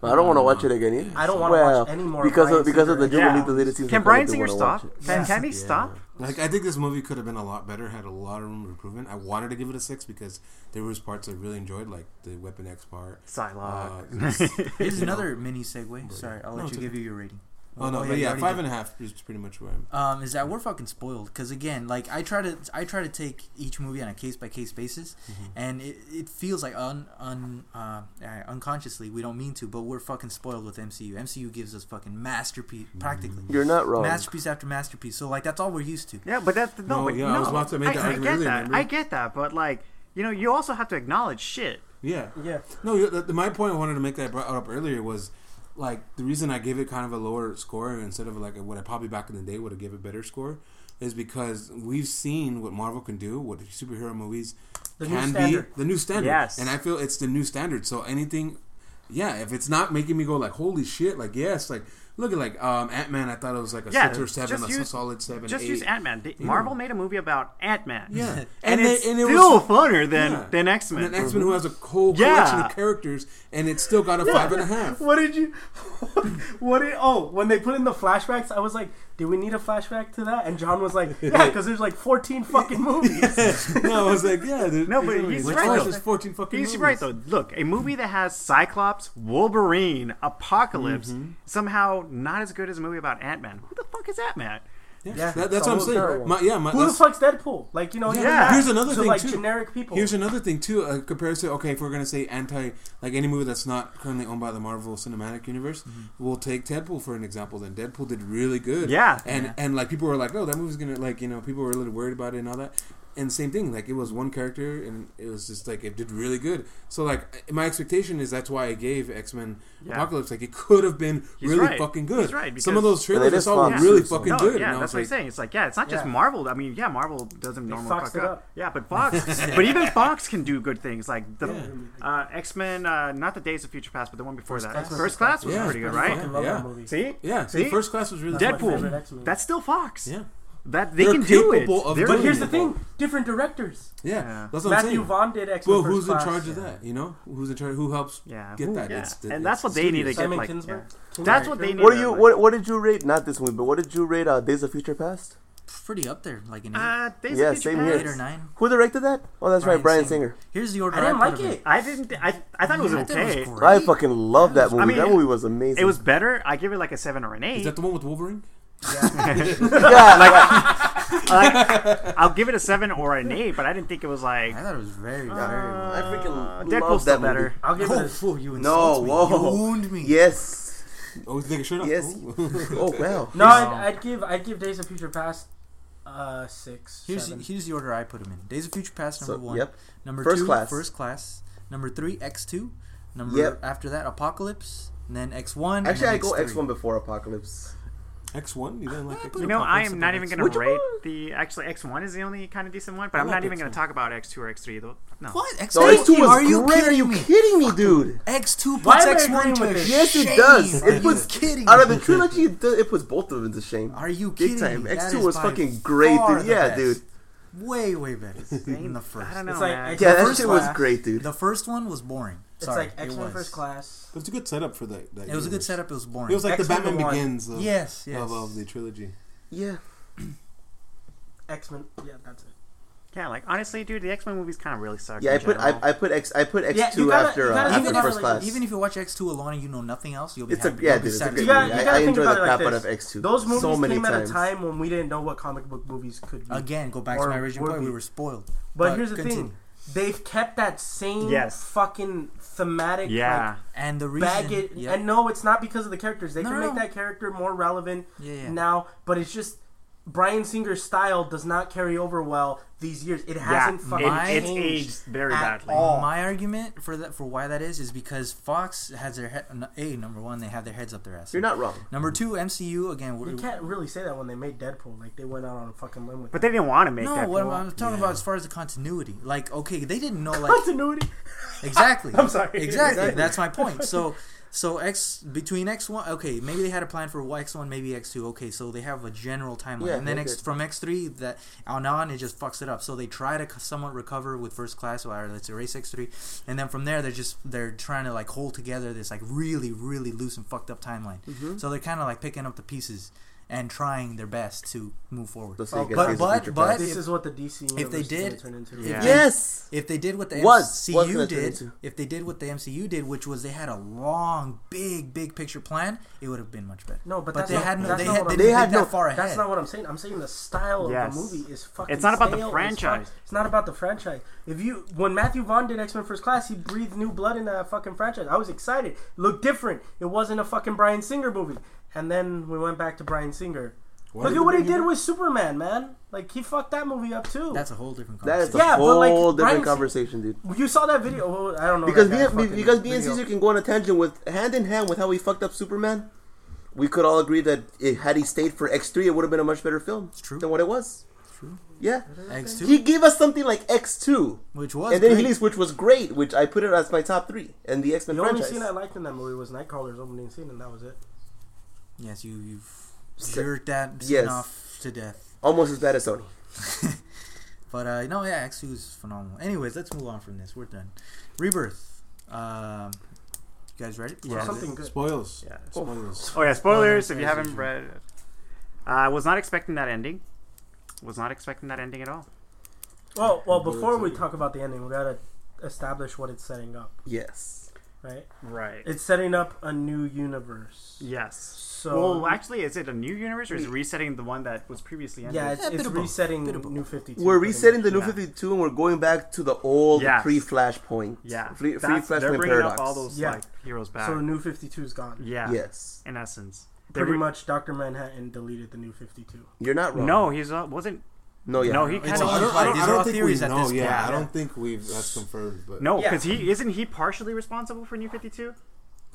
I don't want to watch it again. Yeah. I don't want to Well, watch any more because Bryan of because of Singer. the Jubilee Yeah. deleted scenes. I Can kinda Brian do Singer wanna stop? watch it. Can, Yeah. can he Yeah. stop? Like I think this movie could have been a lot better, had a lot of room for improvement. I wanted to give it a six because there was parts I really enjoyed, like the Weapon X part. [laughs] Uh, Psylocke. Here's You know. another mini segue. Sorry, I'll No, let it's you give you your rating. Oh no, yeah, but you yeah, already five did. and a half is pretty much where I'm. Um, is that we're fucking spoiled? Because again, like I try to I try to take each movie on a case by case basis, and it, it feels like un un uh, uh, unconsciously we don't mean to, but we're fucking spoiled with MCU. MCU gives us fucking masterpiece practically. You're not wrong. masterpiece after masterpiece. So like that's all we're used to. yeah, but that's no. No, but yeah, no. I was about to make that I, I argument get earlier, that. remember? I get that, but like, you know, you also have to acknowledge shit. Yeah. Yeah. No, you- the, the- my point I wanted to make that I brought up earlier was like the reason I gave it kind of a lower score instead of like what I probably back in the day would have given a better score is because we've seen what Marvel can do, what superhero movies The new can be, standard. the new standard. Yes. And I feel it's the new standard. So anything, yeah, if it's not making me go like holy shit, like yes, like look at like um, Ant Man, I thought it was like a Yeah, six or seven, just a use- solid seven, Just eight. use Ant Man. Marvel made a movie about Ant Man. Yeah. and, And it's they- and it was- still funner than Yeah. than X Men. And then X Men, who has a whole Yeah. collection of characters, and it still got a five and a half. What did you? [laughs] What did? Oh, when they put in the flashbacks, I was like, "Do we need a flashback to that?" And John was [laughs] like, "Yeah, because there's like 14 fucking movies." no, I was like, yeah, there's No, but he's Which right, one? though. There's 14 fucking He's movies. right though. Look, a movie that has Cyclops, Wolverine, Apocalypse, Mm-hmm. somehow not as good as a movie about Ant Man. Who the fuck is Ant Man? Yeah, Yeah, that, that's so what I'm it's saying. terrible. My, yeah, my, Who the that's- fuck's Deadpool? Like you know, Yeah. even that Here's another to, thing, like too. generic people. Here's another thing too. Uh, compares to okay, if we're gonna say anti, like any movie that's not currently owned by the Marvel Cinematic Universe, we'll take Deadpool for an example. Then Deadpool did really good. Mm-hmm. Yeah. and and like people were like, oh, that movie's gonna like you know people were a little worried about it and all that. And same thing, like it was one character, and it was just like it did really good. So like my expectation is that's why I gave X Men Yeah. Apocalypse like it could have been He's really right. fucking good. He's right, Some of because- those trailers it I is saw were Fox, really so- fucking no, good. Yeah, and I was that's what I'm like, saying. It's like, yeah, it's not just Yeah. Marvel. I mean, yeah, Marvel doesn't normally foxed fuck it up. up. Yeah, [laughs] but Fox, but even Fox can do good things. Like the Yeah. uh, X Men, uh, not the Days of Future Past, but the one before that. Class was First the Class best. was Yeah, pretty good, First I right? Class. fucking love Yeah. that movie. See, Yeah, see, See? first class was really That's my Deadpool. favorite X-Men. that's still Fox. Yeah, That they They're can do it. capable of They're- But doing here's it. the thing: different directors. yeah, Yeah. That's what I'm Matthew saying. Vaughn did X Men. well, who's First in Class. charge of that? You know, who's in charge? Who helps Yeah, get who- that? yeah. the- And that's what they need to studios. get. Simon like, Kinsberg. That's what they need. What do Yeah, you like- what What did you rate? Not this movie, but what did you rate? Uh, Days of Future Past. Pretty up there, like an eight, Uh, Days Yeah, of Future same Past. here. eight or nine. Who directed that? Oh, that's right, Brian Singer. Here's the order. I didn't put like in. it. I didn't. I, I thought it was I thought it was okay. great. I fucking love that movie. I mean, that movie was amazing. It [laughs] was better. I give it like a seven or an Is eight. that the one with Wolverine? yeah, like like, I'll give it a seven or an eight, but I didn't think it was like I thought it was very, very. uh, I freaking Deadpool's love still that better. movie. I'll give oh, it. fool! You No, insulted me. whoa. You wound me. Yes. Oh, take a shirt off. Yes. Oh. Oh wow. A, no, I'd, I'd give I'd give Days of Future Past uh six. Here's seven. here's the order I put them in. Days of Future Past number So, one. yep. Number First two, Class. First class. Number three, X two. Number Yep. after that, Apocalypse. And then X one. Actually, I and go then X X3. one before Apocalypse. X one. You didn't like X You one. know, I am not even going Which to rate one? the. Actually, X1 is the only kind of decent one, but I I'm like not even going X1. to talk about X2 or X3, though. No. What X No, X two two? Are was you great. Are kidding you me? kidding me, dude? X two Why puts am I X one agreeing to with this? Yes, shame. it does. Are It was you kidding. out of me? the trilogy. It, does- it puts both of them to shame. Are you kidding? Big time. me? X That two is was by fucking great, far dude. the Yeah, best. dude. Way, way [laughs] better than the first. I don't know. It's like man. X- Yeah, The that first shit was class. great, dude. The first one was boring. Sorry, it's it like X Men was. First Class. It was a good setup for that. that It was a good universe. setup. It was boring. It was like the X-Men Batman one. Begins. Of, yes, yes. Of, of the trilogy. Yeah. X Men. Yeah, that's it. Yeah, like, honestly, dude, the X Men movies kind of really suck. Yeah, in I put general. I, I put X I put X you two gotta- after you uh, gotta after think first about it like- class. even if you watch X two alone and you know nothing else, you'll be it's a happy. yeah, You'll be dude. It's a satisfied. great You gotta- movie. you I, gotta I think enjoy about it the like crap out this. of X two. Those movies so many came at a times. time when we didn't know what comic book movies could be. Again, go back Or to my original would point. We be. were spoiled. But, here's the continue. thing. They've kept that same Yes. fucking thematic Yeah. and the like, reason. baggage. yeah. And no, it's not because of the characters. They No, can no, make no. that character more relevant Yeah, yeah. now, but it's just Brian Singer's style does not carry over well these years. It hasn't fucking yeah. It, it's changed. aged very at badly. all. My argument for that, for why that is, is because Fox has their head. A number one, they have their heads up their ass. You're not wrong. Number two, MCU You again. We're, can't really say that when they made Deadpool. Like they went out on a fucking limb with But that. they didn't want to make no, that. what I'm, cool. I'm talking about as far as the continuity. Like, okay, they didn't know like continuity. [laughs] exactly. I'm sorry. Exactly. That's my point. So, so X between X one. Okay, maybe they had a plan for X one, maybe X two. Okay, so they have a general timeline, Yeah, and then they X did. from X three that on on it just fucks it up. So they try to c- somewhat recover with first class, or let's erase X three, and then from there they're just they're trying to like hold together this like really really loose and fucked up timeline. Mm-hmm. So they're kind of like picking up the pieces and trying their best to move forward. Let's see, you Oh, guys but- see the but- future but- past. This if- is what the DC universe they is gonna did- turn into. Yeah. yes. If they did what the Was- MCU was gonna turn did, into. if they did what the MCU did, which was they had a long, big, big picture plan, it would have been much better. No, but but that's they not- had no, that's they not had, what they I'm- didn't They think had no- that far ahead. That's not what I'm saying. I'm saying the style Yes. of the movie is fucking. It's not about the stale. It's franchise. not- It's not, about the franchise. If you, when Matthew Vaughn did X Men First Class, he breathed new blood in that fucking franchise. I was excited. It looked different. It wasn't a fucking Brian Singer movie. And then we went back to Brian Singer. Look at what he did with Superman, man. Like he fucked that movie up too. That's a whole different That is conversation. a Yeah, but, like, whole Brian different Sin- conversation, dude. you saw that video. Oh, I don't know Because that me, guy's me- fucking because me and video. Caesar can go on a tangent with hand in hand with how we fucked up Superman. We could all agree that it, had he stayed for X three, it would have been a much better film It's true. than what it was. true. Yeah, X he two, gave us something like X two, which was and then great. Healy's, which was great, which I put it as my top three and the X Men The only scene I franchise. liked in that movie was Nightcrawler's opening scene, and that was it. yes, you you've Se- jerked that Yes. yes. off to death. [laughs] Almost as bad as Sony. But uh, no, yeah, X two is phenomenal. Anyways, let's move on from this. We're done. Rebirth. Um, you guys ready? Yeah. Something good. Spoils. Yeah. Spoils. Oh yeah, spoilers if you as haven't usual. read. I was not expecting that ending. Was not expecting that ending at all. Well, well, before we Bullet talk about the ending, we gotta establish what it's setting up, Yes. right? Right. It's setting up a new universe. yes. So well, actually, is it a new universe or is it resetting the one that was previously ended? yeah, it's, Yeah, a bit it's of both. resetting Bit of both. New Fifty Two. We're resetting the new Yeah. 52 and we're going back to the old Yes. pre Flashpoint. yeah. Free, free That's- Flashpoint they're bringing Paradox. up all those Yeah. like heroes back. So New Fifty Two is gone. yeah. Yes. In essence, They're Pretty re- much, Doctor Manhattan deleted the New Fifty Two. You're not wrong. No, he's uh, wasn't. No, yeah. No, he It's kind all I of. don't, I don't, These I are don't all think we theories at know. this Yeah, point. I don't think we've that's confirmed. But No, Yeah. because he isn't he partially responsible for New Fifty Two.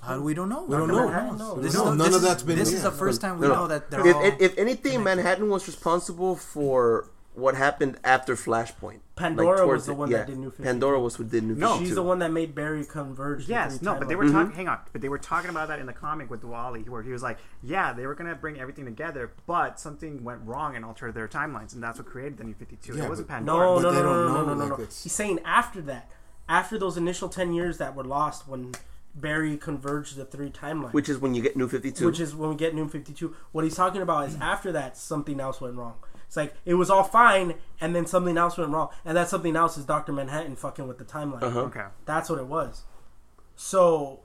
How do we don't know? we don't Dr. know. Manhattan, no. We This don't know. is, None this of is- that's been. This is yeah. the first time we No, no. know that they're If, all. if, if anything, Manhattan was responsible for what happened after Flashpoint. Pandora towards was the it, one yeah. that did New 52. Pandora was who did New No. 52. She's the one that made Barry converge. the Yes, three no, but they were timelines. Mm-hmm. talking. Hang on, but they were talking about that in the comic with Wally, where he was like, "Yeah, they were gonna bring everything together, but something went wrong and altered their timelines, and that's what created the New Fifty Two. Yeah, it wasn't but- Pandora. No, But no, they no, no, don't no, know, no, no, like, no, no. it's- He's saying after that, after those initial ten years that were lost when Barry converged the three timelines, Which is when you get New 52. which is when we get New 52. What he's talking about is after that, something else went wrong. It's like it was all fine, and then something else went wrong, and that something else is Doctor Manhattan fucking with the timeline. Uh-huh. [laughs] Okay. That's what it was. So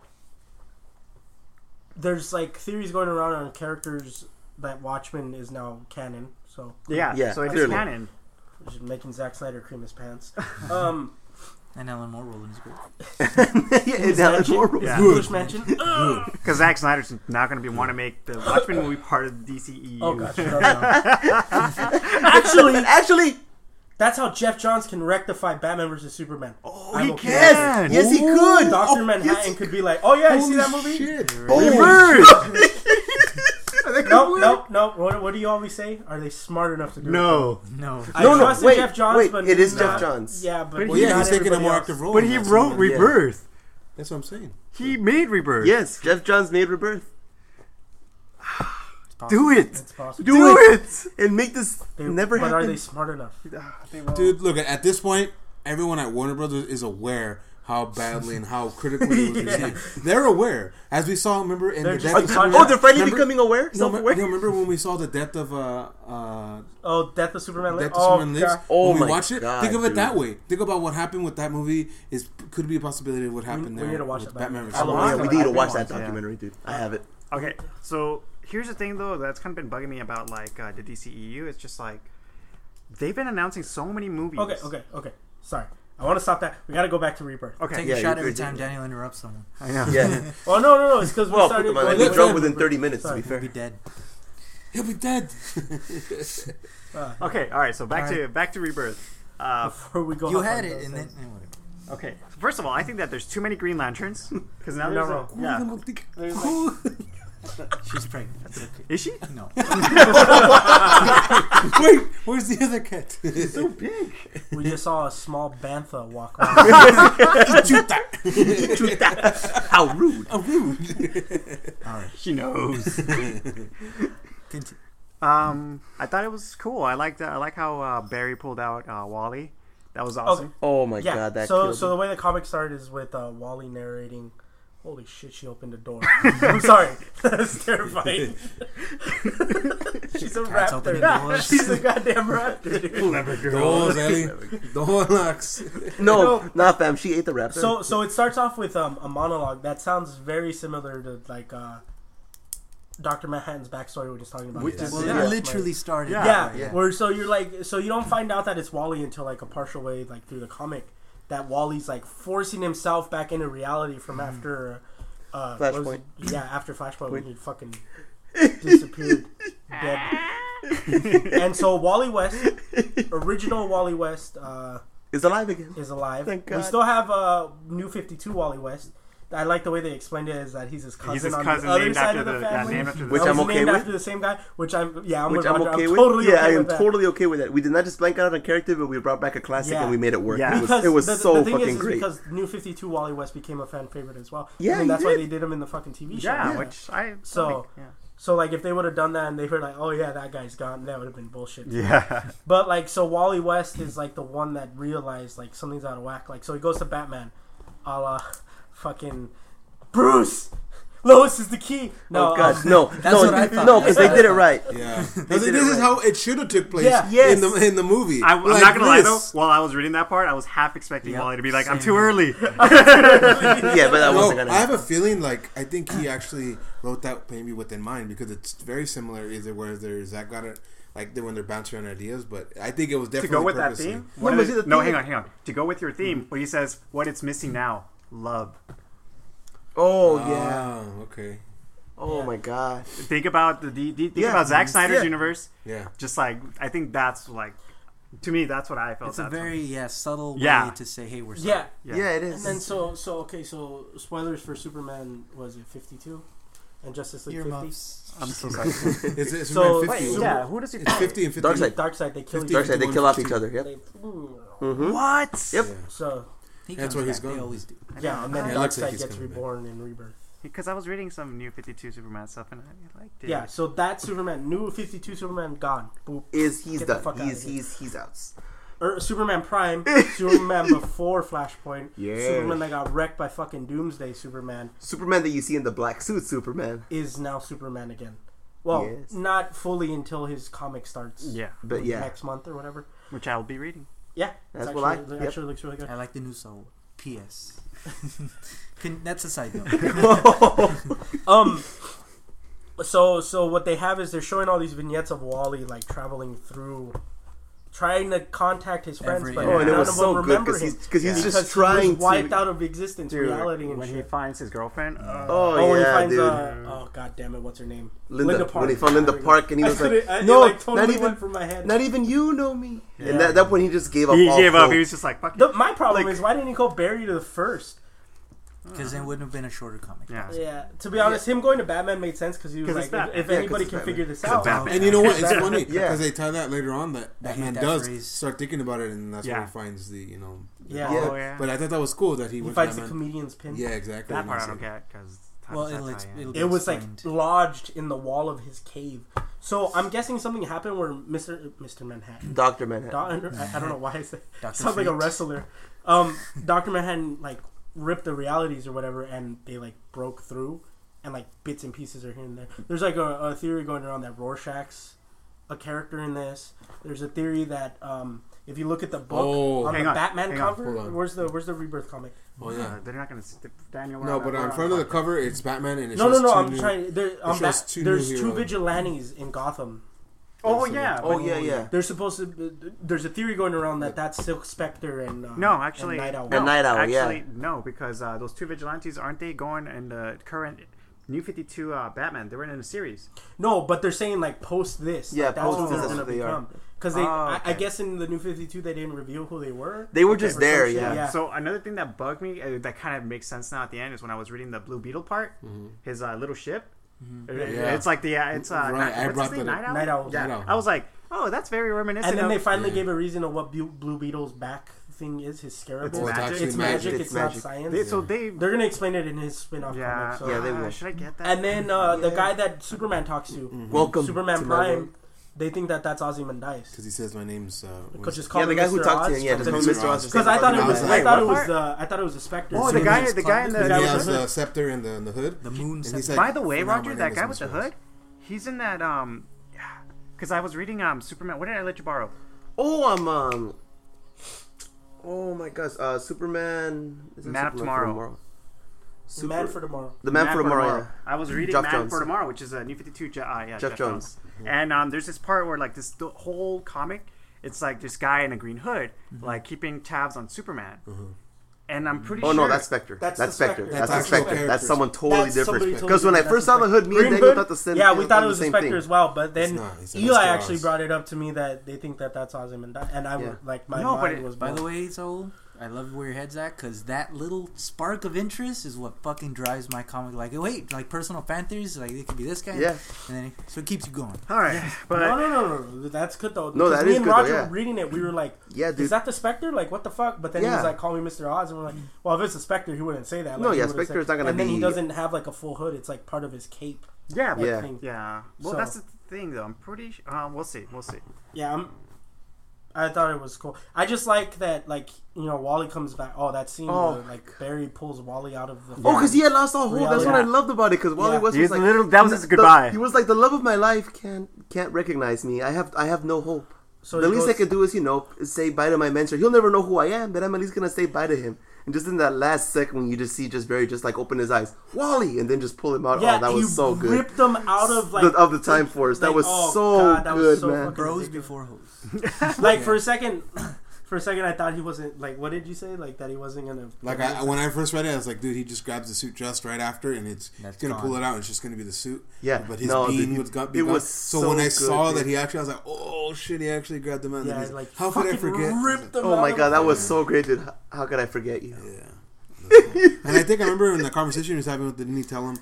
there's like theories going around on characters that Watchmen is now canon. So Yeah, Yeah, so it is clearly. canon. we're just making Zack Snyder cream his pants. Um, And Alan Moore rolled in his grave. yeah, his it's Alan mansion- Moore. his [laughs] Yeah. English mansion. Oh, Because Zack Snyder's not going to be want to make the Watchmen movie part of E the DCEU. Oh gosh. no, no. [laughs] Actually, Actually, that's how Jeff Johns can rectify Batman versus Superman. oh, I'm he okay. can. Yes, he Ooh, [laughs] could. Doctor Oh, Manhattan yes. could be like, oh yeah, you see Holy that movie? Shit. No, no, no. What, what do you always say? Are they smart enough to do it? No. [laughs] No. I No, no, trust in wait, Jeff Johns, wait, but it is not- Jeff Johns. Yeah, but But Well, yeah, not he's taking a everybody more else. active role. But in he that, so wrote Oh, yeah. Rebirth. That's what I'm saying. He made Rebirth. Yes, Jeff Johns made Rebirth. It's possible. Do it. It's possible. Do, it. and make this They- never but happen. are they smart enough? Dude, look, at this point, everyone at Warner Brothers is aware how badly and how critically it was received. They're aware. As we saw, remember, in They're the just death of conscious. oh, they're finally Remember- becoming aware, No, self-aware. me- no, remember when we saw the death of uh, uh, Oh, Death of Superman. Li- Death of oh, Superman Lives? God. Oh when my we watch it, God, think of it dude. that way. Think about what happened with that movie. Is could be a possibility of what happened we there. need to watch with that back. Batman. I versus love Oh, yeah, Watchmen. we need to I've watch been that watching, yeah. documentary, dude. I have it. Okay, so here's the thing though that's kind of been bugging me about like uh, the DCEU. It's just like they've been announcing so many movies. Okay, okay, okay. Sorry, I want to stop that. We got to go back to Rebirth. Okay. Take Yeah, a shot you every could time do that. Daniel interrupts someone. I know. Yeah. Oh no, no, no. It's because we well, put started. them on. I going think drunk with within 30 minutes, Sorry. to be We'll be fair. dead. He'll be dead. Uh, Okay, all right. So back to back to Rebirth. Uh, before we go, [laughs] You off on had it, those and then things. and whatever. okay. First of all, I think that there's too many Green Lanterns [laughs] because now You're there's not a, yeah. There's like, She's pregnant. That's okay. [laughs] is she [laughs] No. Wait, where's the other cat? big? we just saw a small bantha walk around. How rude. A rude. She knows. [laughs] Continue. um, I thought it was cool. I like that. I like how uh, Barry pulled out uh, Wally. That was awesome. Okay. Oh my yeah. god, that so, killed so me. the way the comic started is with uh, Wally narrating. Holy shit! She opened a door. [laughs] I'm sorry. That's [laughs] terrifying. She's a Cats opening raptor. [laughs] doors. She's a goddamn raptor, dude. The whole Ellie. The whole locks. [laughs] No, nah, fam. She ate the raptor. So so it starts off with um, a monologue that sounds very similar to like uh, Doctor Manhattan's backstory when he's talking about Which his is- dad. Well, Yeah. it literally started. Yeah. yeah, that way, yeah. Where so you're like so you don't find out that it's Wally until like a partial way like through the comic that Wally's like forcing himself back into reality from Mm-hmm. after uh, what was it? Yeah, after Flashpoint when he [laughs] fucking disappeared. Dead. and so Wally West, original Wally West, uh, is alive again. is alive. Thank We God. still have uh, new Fifty Two Wally West. I like the way they explained it is that he's his cousin He's his on cousin the other named side after of the, the, yeah, family, named after the Which That I'm was okay named with. after the same guy. Which I'm yeah, I'm, Which with I'm Roger. okay I'm with. totally yeah, okay I am with that. totally okay with that. We did not just blank out on character, but we brought back a classic Yeah. and we made it work. Yeah. It was, Because it was the, the so thing fucking is, is great. because New Fifty Two Wally West became a fan favorite as well. Yeah, and he that's why did. they did him in the fucking TV show. yeah, which I So- yeah. so like if they would have done that and they were like, oh yeah, that guy's gone, that would have been bullshit. Yeah. But like, so Wally West is like the one that realized like something's out of whack. Like, so he goes to Batman, a la fucking Bruce. Lois is the key. No, oh god, um, no, no, what I thought. no, because That's they what I did it [laughs] thought. right. Yeah. did this it is right. how it should have took place Yeah. Yes. in the in the movie. I, am Like not gonna lie though. this. While I was reading that part, I was half expecting Yep, Wally to be like, "I'm same too here. [laughs] early." Yeah, but that No, wasn't gonna. I have Happen. a feeling like I think he actually wrote that maybe within mind because it's very similar. Either where there's that got it like when they're bouncing on ideas, but I think it was to definitely go with that purposely. theme. what but is- see, the no, thing hang is- on, hang on. To go with your theme, where he says, "What it's missing now, love." Oh yeah. Oh, okay. Oh my god. Think about the, the, the think Yeah. about Zack Snyder's Yeah. universe. Yeah. Just like I think that's like, to me, that's what I felt. It's a that time. very yeah subtle Yeah. way to say hey we're sorry. yeah. Yeah. Yeah, it is. And then so so okay so spoilers for Superman was it fifty two, and Justice League fifty. Earmuffs. [laughs] I'm so [laughs] sorry. It's, it's So- so, 50. Wait, It's yeah, who does he? [laughs] It's 50 and 50. Darkseid. Dark side they kill each Dark other. side, they kill off each other. Yep. Mm-hmm. They, What? Yep. so He That's comes where he's back, going. They always do. yeah, and then Yeah, it Dark looks like side he's gets coming back. reborn in Rebirth. Because I was reading some New Fifty Two Superman stuff and I liked it. Yeah, so that Superman, new fifty two Superman gone. Boop. Is he's Get the done? fuck He's outta here. he's he's out. Er, Superman Prime, [laughs] Superman before Flashpoint, Yes. Superman that got wrecked by fucking Doomsday Superman Superman that you see in the black suit, Superman. is now Superman again. Well, Yes. not fully until his comic starts. Yeah. But yeah, Next month or whatever. Which I'll be reading. Yeah. That's it's what I- actually, it yep. actually looks really good. I like the new soul. [laughs] P.S. [laughs] [laughs] Oh, Can- That's a side note. Um so so what they have is they're showing all these vignettes of Wally like traveling through, trying to contact his friends, Every- but Oh, and it none was of so them good remember 'cause him he's- 'cause he's just because he was trying to- wiped out of existence Dude, reality and when he shit. finds his girlfriend, uh, Oh, oh, when he yeah, finds, dude. Uh, oh god damn it, what's her name? Linda, when he found Linda Park, and he I was like, couldn't- I- it, "No, like, totally not even, went from my head. not even you know me." And at that point, he just gave up. he all gave up. hope. He was just like, "Fuck The- it." my problem Like- is why didn't he go Barry to the first? because it wouldn't have been a shorter comic. Yeah. Yeah, to be honest, him going to Batman made sense because he was 'Cause like, if, if it's Batman. Yeah, 'cause anybody it's can Batman. figure this 'Cause out, Batman. And you know what? It's funny Yeah. because they tell that later on that Batman that does phrase. start thinking about it, and that's Yeah. when he finds the you know. the- Yeah. Oh, yeah. But I thought that was cool that he, he went finds the Batman. comedian's pin. Yeah, exactly. that part I That's don't it. get because Well, it'll ex- it'll be It was like explained. lodged in the wall of his cave. So I'm guessing something happened where Mister Mister Manhattan, Doctor Manhattan. Doctor, I, I don't know why I said Dr. sounds like a Freak. wrestler. Um, Doctor Manhattan like ripped the realities or whatever, and they like broke through, and like bits and pieces are here and there. There's like a, a theory going around that Rorschach's a character in this. There's a theory that um, if you look at the book Oh. on Hang the on, Batman hang on, cover, hold on. where's the where's the Rebirth comic? Oh yeah. Uh, they're not gonna. s- Daniel. we're No, on- but we're on on front of the podcast. cover, it's Batman and it No, no, shows no. two I'm new- trying. There, on shows Bat, two new there's two heroes. vigilantes in Gotham. Oh yeah. Oh but- yeah, yeah. They're supposed to. There's a theory going around that that's Silk Spectre and uh, No, actually, and Night Owl. no, And Night Owl, yeah. Actually, no, because uh, those two vigilantes aren't they going in the current New Fifty Two uh, Batman? They were in a series. No, but they're saying like post this. Yeah, like, that's post what this they're is gonna who they are. become. Because they, Oh, I, I okay. guess in the New Fifty Two, they didn't reveal who they were. They were just Okay, for there, some shit, yeah. yeah. So another thing that bugged me uh, that kind of makes sense now at the end is when I was reading the Blue Beetle part, his uh, little ship. It- Yeah. It's like the uh, it's uh, Right, Night- I what's brought his name? that up. Night Owl. Night Owl. Yeah. Night Owl. I was like, oh, that's very reminiscent. And then of, they finally Yeah. gave a reason of what Bu- Blue Beetle's back thing is. His scarab. It's is. magic. It's, It's magic. magic. It's, It's not magic. science. They, so they They're gonna explain it in his spin-off yeah comic. So. Yeah, they ah, will. should I get that? And then uh, the Yeah. guy that Superman talks to, Mm-hmm. Welcome, Superman to my Prime, world. they think that that's Ozymandias. Because he says my name's. Uh, Because was- just Yeah, called the guy who Mr. talked to Oz him. Yeah, from just the- call him Mr. Oz. Because I thought it was, Oz. I thought it was, Wait, uh, I thought it was a specter. oh, the Superman's guy, the guy in the, He that was has the- the scepter and the, and the hood. The moon And he's scepter. like, By the way, "For now, Roger, my that name guy with is the Miss Rose." hood, he's in that um, [sighs] because I was reading um Superman. What did I let you borrow? Oh, I'm um. Oh my gosh, uh, Superman. is it Man of Superman for Tomorrow. The man for tomorrow. The Man, for Tomorrow. yeah. I was reading Jeff Man Jones. for Tomorrow, which is a New Fifty Two. Je- uh, yeah, Jeff Mm-hmm. Jeff, Jones. And um, there's this part where like this the whole comic, it's like this guy in a green hood, Mm-hmm. like keeping tabs on Superman. And I'm pretty Oh sure. no, that's Spectre. That's That's, the Spectre. Spectre. That's That's, the actual Spectre. That's characters. someone totally That's somebody different. totally Because when I different. first saw That's the hood, me and Green Daniel Hood? thought the same. Yeah, we thought it the was a same specter thing. as well, but then It's not. It's an Eli Mr. actually Oz. brought it up to me that they think that that's Ozymandias, and I was Yeah. like, my No, but mind it- was By the blown. way, Saul, I love where your head's at because that little spark of interest is what fucking drives my comic. Like, wait, like personal fan theories, like it could be this guy. Yeah. And then so it keeps you going. all right, but No, no, no, no, no. That's good though. Because No, that me is and good, though, Roger yeah. reading it, we were like, Yeah, dude. Is that the Spectre? Like, what the fuck? But then he Yeah. was like, call me Mr. Oz. And we're like, well, if it's a Spectre, he wouldn't say that. Like, No, he yeah, would've said- Spectre's not gonna And then he be- doesn't have, like, a full hood. It's, like, part of his cape. yeah, but, like, Yeah. thing. yeah. yeah. Well, So- that's the thing though. I'm pretty. Sure, uh, we'll see. We'll see. I'm, I thought it was cool. I just like that, like, you know, Wally comes back. Oh, that scene Oh, where, like, Barry pulls Wally out of the. Oh, because he had lost all hope. That's what I Yeah. loved about it. Because Wally Yeah. West He's was like, little- that was his the- goodbye. He was like, the love of my life can't can't recognize me. I have I have no hope. So the he least I goes- can do is you know say bye to my mentor. He'll never know who I am, but I'm at least gonna say bye to him. And just in that last second, you just see just Barry just like open his eyes, Wally, and then just pull him out. Yeah, oh, that he was so good. ripped them out of, like, oh, The- of the Time Force. That was so good, man. fucking Bros ridiculous. before hoes. Like, for a second. For a second, I thought he wasn't like. What did you say? Like that he wasn't gonna. Like I, when I first read it, I was like, dude, he just grabs the suit just right after, and it's he's That's gonna gone. pull it out. and It's just gonna be the suit. Yeah. but his No, dude, being he- was got. it was so, so when I good, saw that dude. he actually, I was like, oh shit, he actually grabbed him out. and Yeah, then he's- like how could I fucking forget? ripped them Oh out my of god, that the- was so great, dude. How, how could I forget you? Yeah. and I think I remember in the conversation he was having with, didn't he tell him,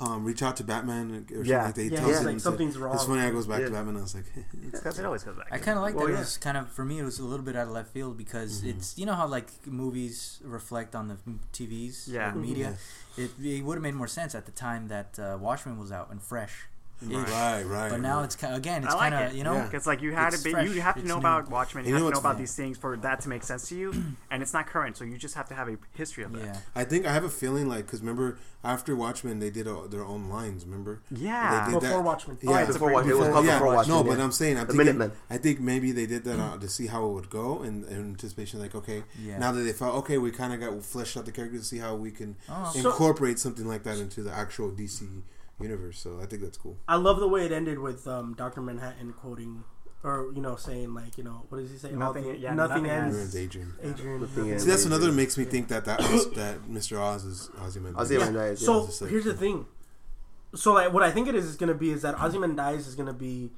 um, reach out to Batman? Or something Yeah. like that. He Yeah, tells he's him like, and "Something's said, wrong." It's funny, I goes back Yeah. to Batman and I was like, [laughs] It always goes back. I kind of like Well, that. yeah. It was kind of for me. It was a little bit out of left field because it's you know how like movies reflect on the m- TVs, Yeah. or media. It, it would have made more sense at the time that uh, Watchmen was out and fresh. right, right. But now it's kind of, again, it's I like kind of it. you know Yeah. It's like you had It's to be, fresh. you have to It's know new. about Watchmen. You, You have know to know it's about new. these things for that to make sense to you, and it's not current, so you just have to have a history of that. yeah. I think I have a feeling like because remember after Watchmen they did uh, their own lines. Remember? Yeah. They did Before that- Watchmen. Yeah, Oh, it's before Watchmen. It was called before Watchmen. No, yeah. but I'm saying I'm The thinking, Minutemen. I think maybe they did that out to see how it would go, and in anticipation, like okay, Yeah. now that they felt okay, we kind of got fleshed out the characters to see how we can Oh, So- incorporate something like that into the actual DC universe. So I think that's cool. I love the way it ended with um, Doctor Manhattan quoting, or you know, saying like, you know, what does he say? All Nothing- thi- yeah, nothing, nothing We're ends. in daydream. Adrian. Nothing yeah. ends. See, that's another makes me think that that was, that Mr. Oz is Ozymandias. Ozymandias. it's So just like- here's the thing. So like, what I think it is is going to be is that Ozymandias is going to be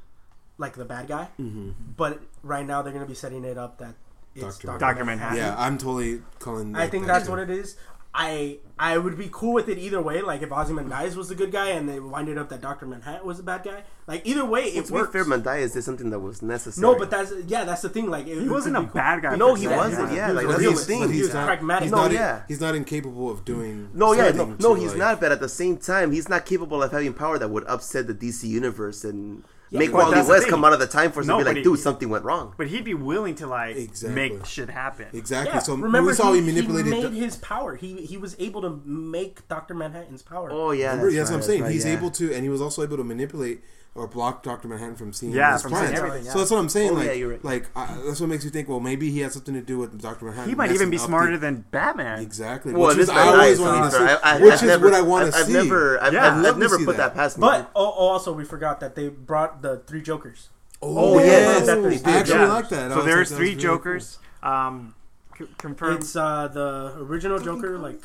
like the bad guy, Mm-hmm. but right now they're going to be setting it up that it's Doctor Dr. Dr. Manhattan. Manhattan. Yeah, I'm totally calling. I think that's what it is. I I would be cool with it either way. Like if Ozymandias was the good guy and they winded up that Doctor Manhattan was the bad guy. Like either way, Well, it to be works. fair, Mandias did something that was necessary. no, but that's yeah, that's the thing. Like it, He wasn't a bad guy. No, per he se. wasn't, yeah, like, He was that's a his realist. thing. He He's was not- pragmatic. He's not, No, yeah. He's not incapable of doing. No, yeah, no, something no, to, he's like- not. But at the same time, he's not capable of having power that would upset the DC universe and make but Wally that's the West thing. come out of the time force No, and be but like, he- "Dude, something went wrong." But he'd be willing to like Exactly. make shit happen. Exactly. Yeah, So remember we saw he, he manipulated. he made his power. He he was able to make Doctor Manhattan's power. Oh yeah, Remember, that's that's what I'm right, saying. that's right, He's yeah. able to, and he was also able to manipulate or block Doctor Manhattan from seeing Yeah, his from plans. seeing everything, So yeah. that's what I'm saying. Oh, like, yeah, you're right. like I, that's what makes me think. Well, maybe he had something to do with Doctor Manhattan. He might even be messing up smarter the- than Batman. exactly. Well, which this is, I man always dies, wanted to Oscar. see, I- I- which I've is never- what I want I've- to see. I've never, I've, Yeah, I've, I'd love I've to never see put that. that, past me. But oh, oh, also we forgot that they brought the three Jokers. Oh, yes, I definitely did. actually Yeah. like that. I was So like, there's that was three really cool. Jokers. Um, c- confirmed. It's uh, the original Joker. Like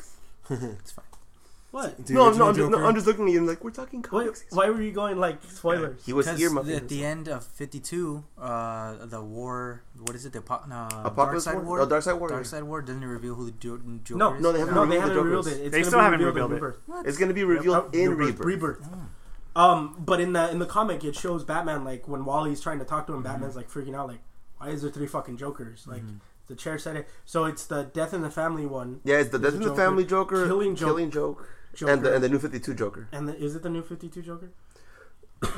It's fine. what? The no, no, original I'm just, no, Joker. I'm just looking at you and like we're talking What? comics. Why were you going like spoilers? He was Because earmuffing. at the end of 52, uh, the war, what is it? The apo- uh, Apocalypse Dark Side War? Oh, Dark Side War. Dark Side War doesn't it reveal who the jo- Joker No, is? no, they haven't No, revealed they the haven't revealed Jokers. it. It's They gonna still be haven't revealed in revealed it. Rebirth. It's gonna be revealed Oh, in Rebirth, Rebirth. Hmm. Rebirth. Um, but in the in the comic, it shows Batman like when Wally's trying to talk to Hmm. him, Batman's like freaking out, like, why is there three fucking Jokers? Like the chair said it. So it's the Death in the Family one, Yeah, it's the Death in the Joker. Family Joker, Killing Joke- Joke, Joker, and the and the New Fifty Two Joker. and the, is it the New Fifty Two Joker?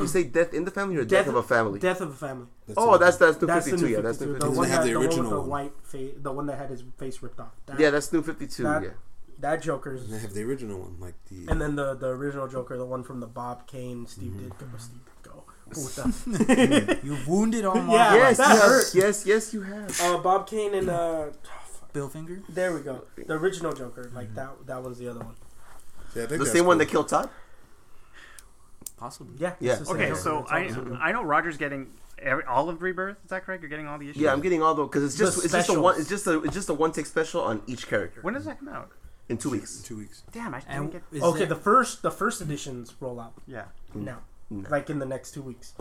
You say Death in the Family or Death, Death- of a Family? Death of a Family. oh, it. that's that's New That's the Fifty Two. New Yeah, that's Fifty New Two. Fifty The They Two. one have that the the one with original the one. white face, the one that had his face ripped off. That, Yeah, that's New Fifty Two. that- Yeah. that Joker's. And they have the original one, like the. And then the the original Joker, the one from the Bob Kane, Steve Mm-hmm. Ditko, Steve Ditko. [laughs] Puta. You wounded all my Yeah. Yes, that yes, hurt. yes, yes, you have. Uh, Bob Kane and uh, bill finger. there we go. The original Joker, Mm-hmm. like that. That was the other one. Yeah, I think The that's same one cool. that killed Todd. Possibly. Yeah. Yeah. it's the same okay, Joker. so It's all I the same Joker. I know Roger's getting every, all of Rebirth. Is that correct? You're getting all the issues. Yeah, I'm getting all the because it's The just it's just a specials. one it's just a it's just a one take special on each character When does that come out? in two In weeks. two weeks. Damn, I didn't And get. is okay, there- the first the first editions roll out Yeah. Mm. now, No. like in the next two weeks,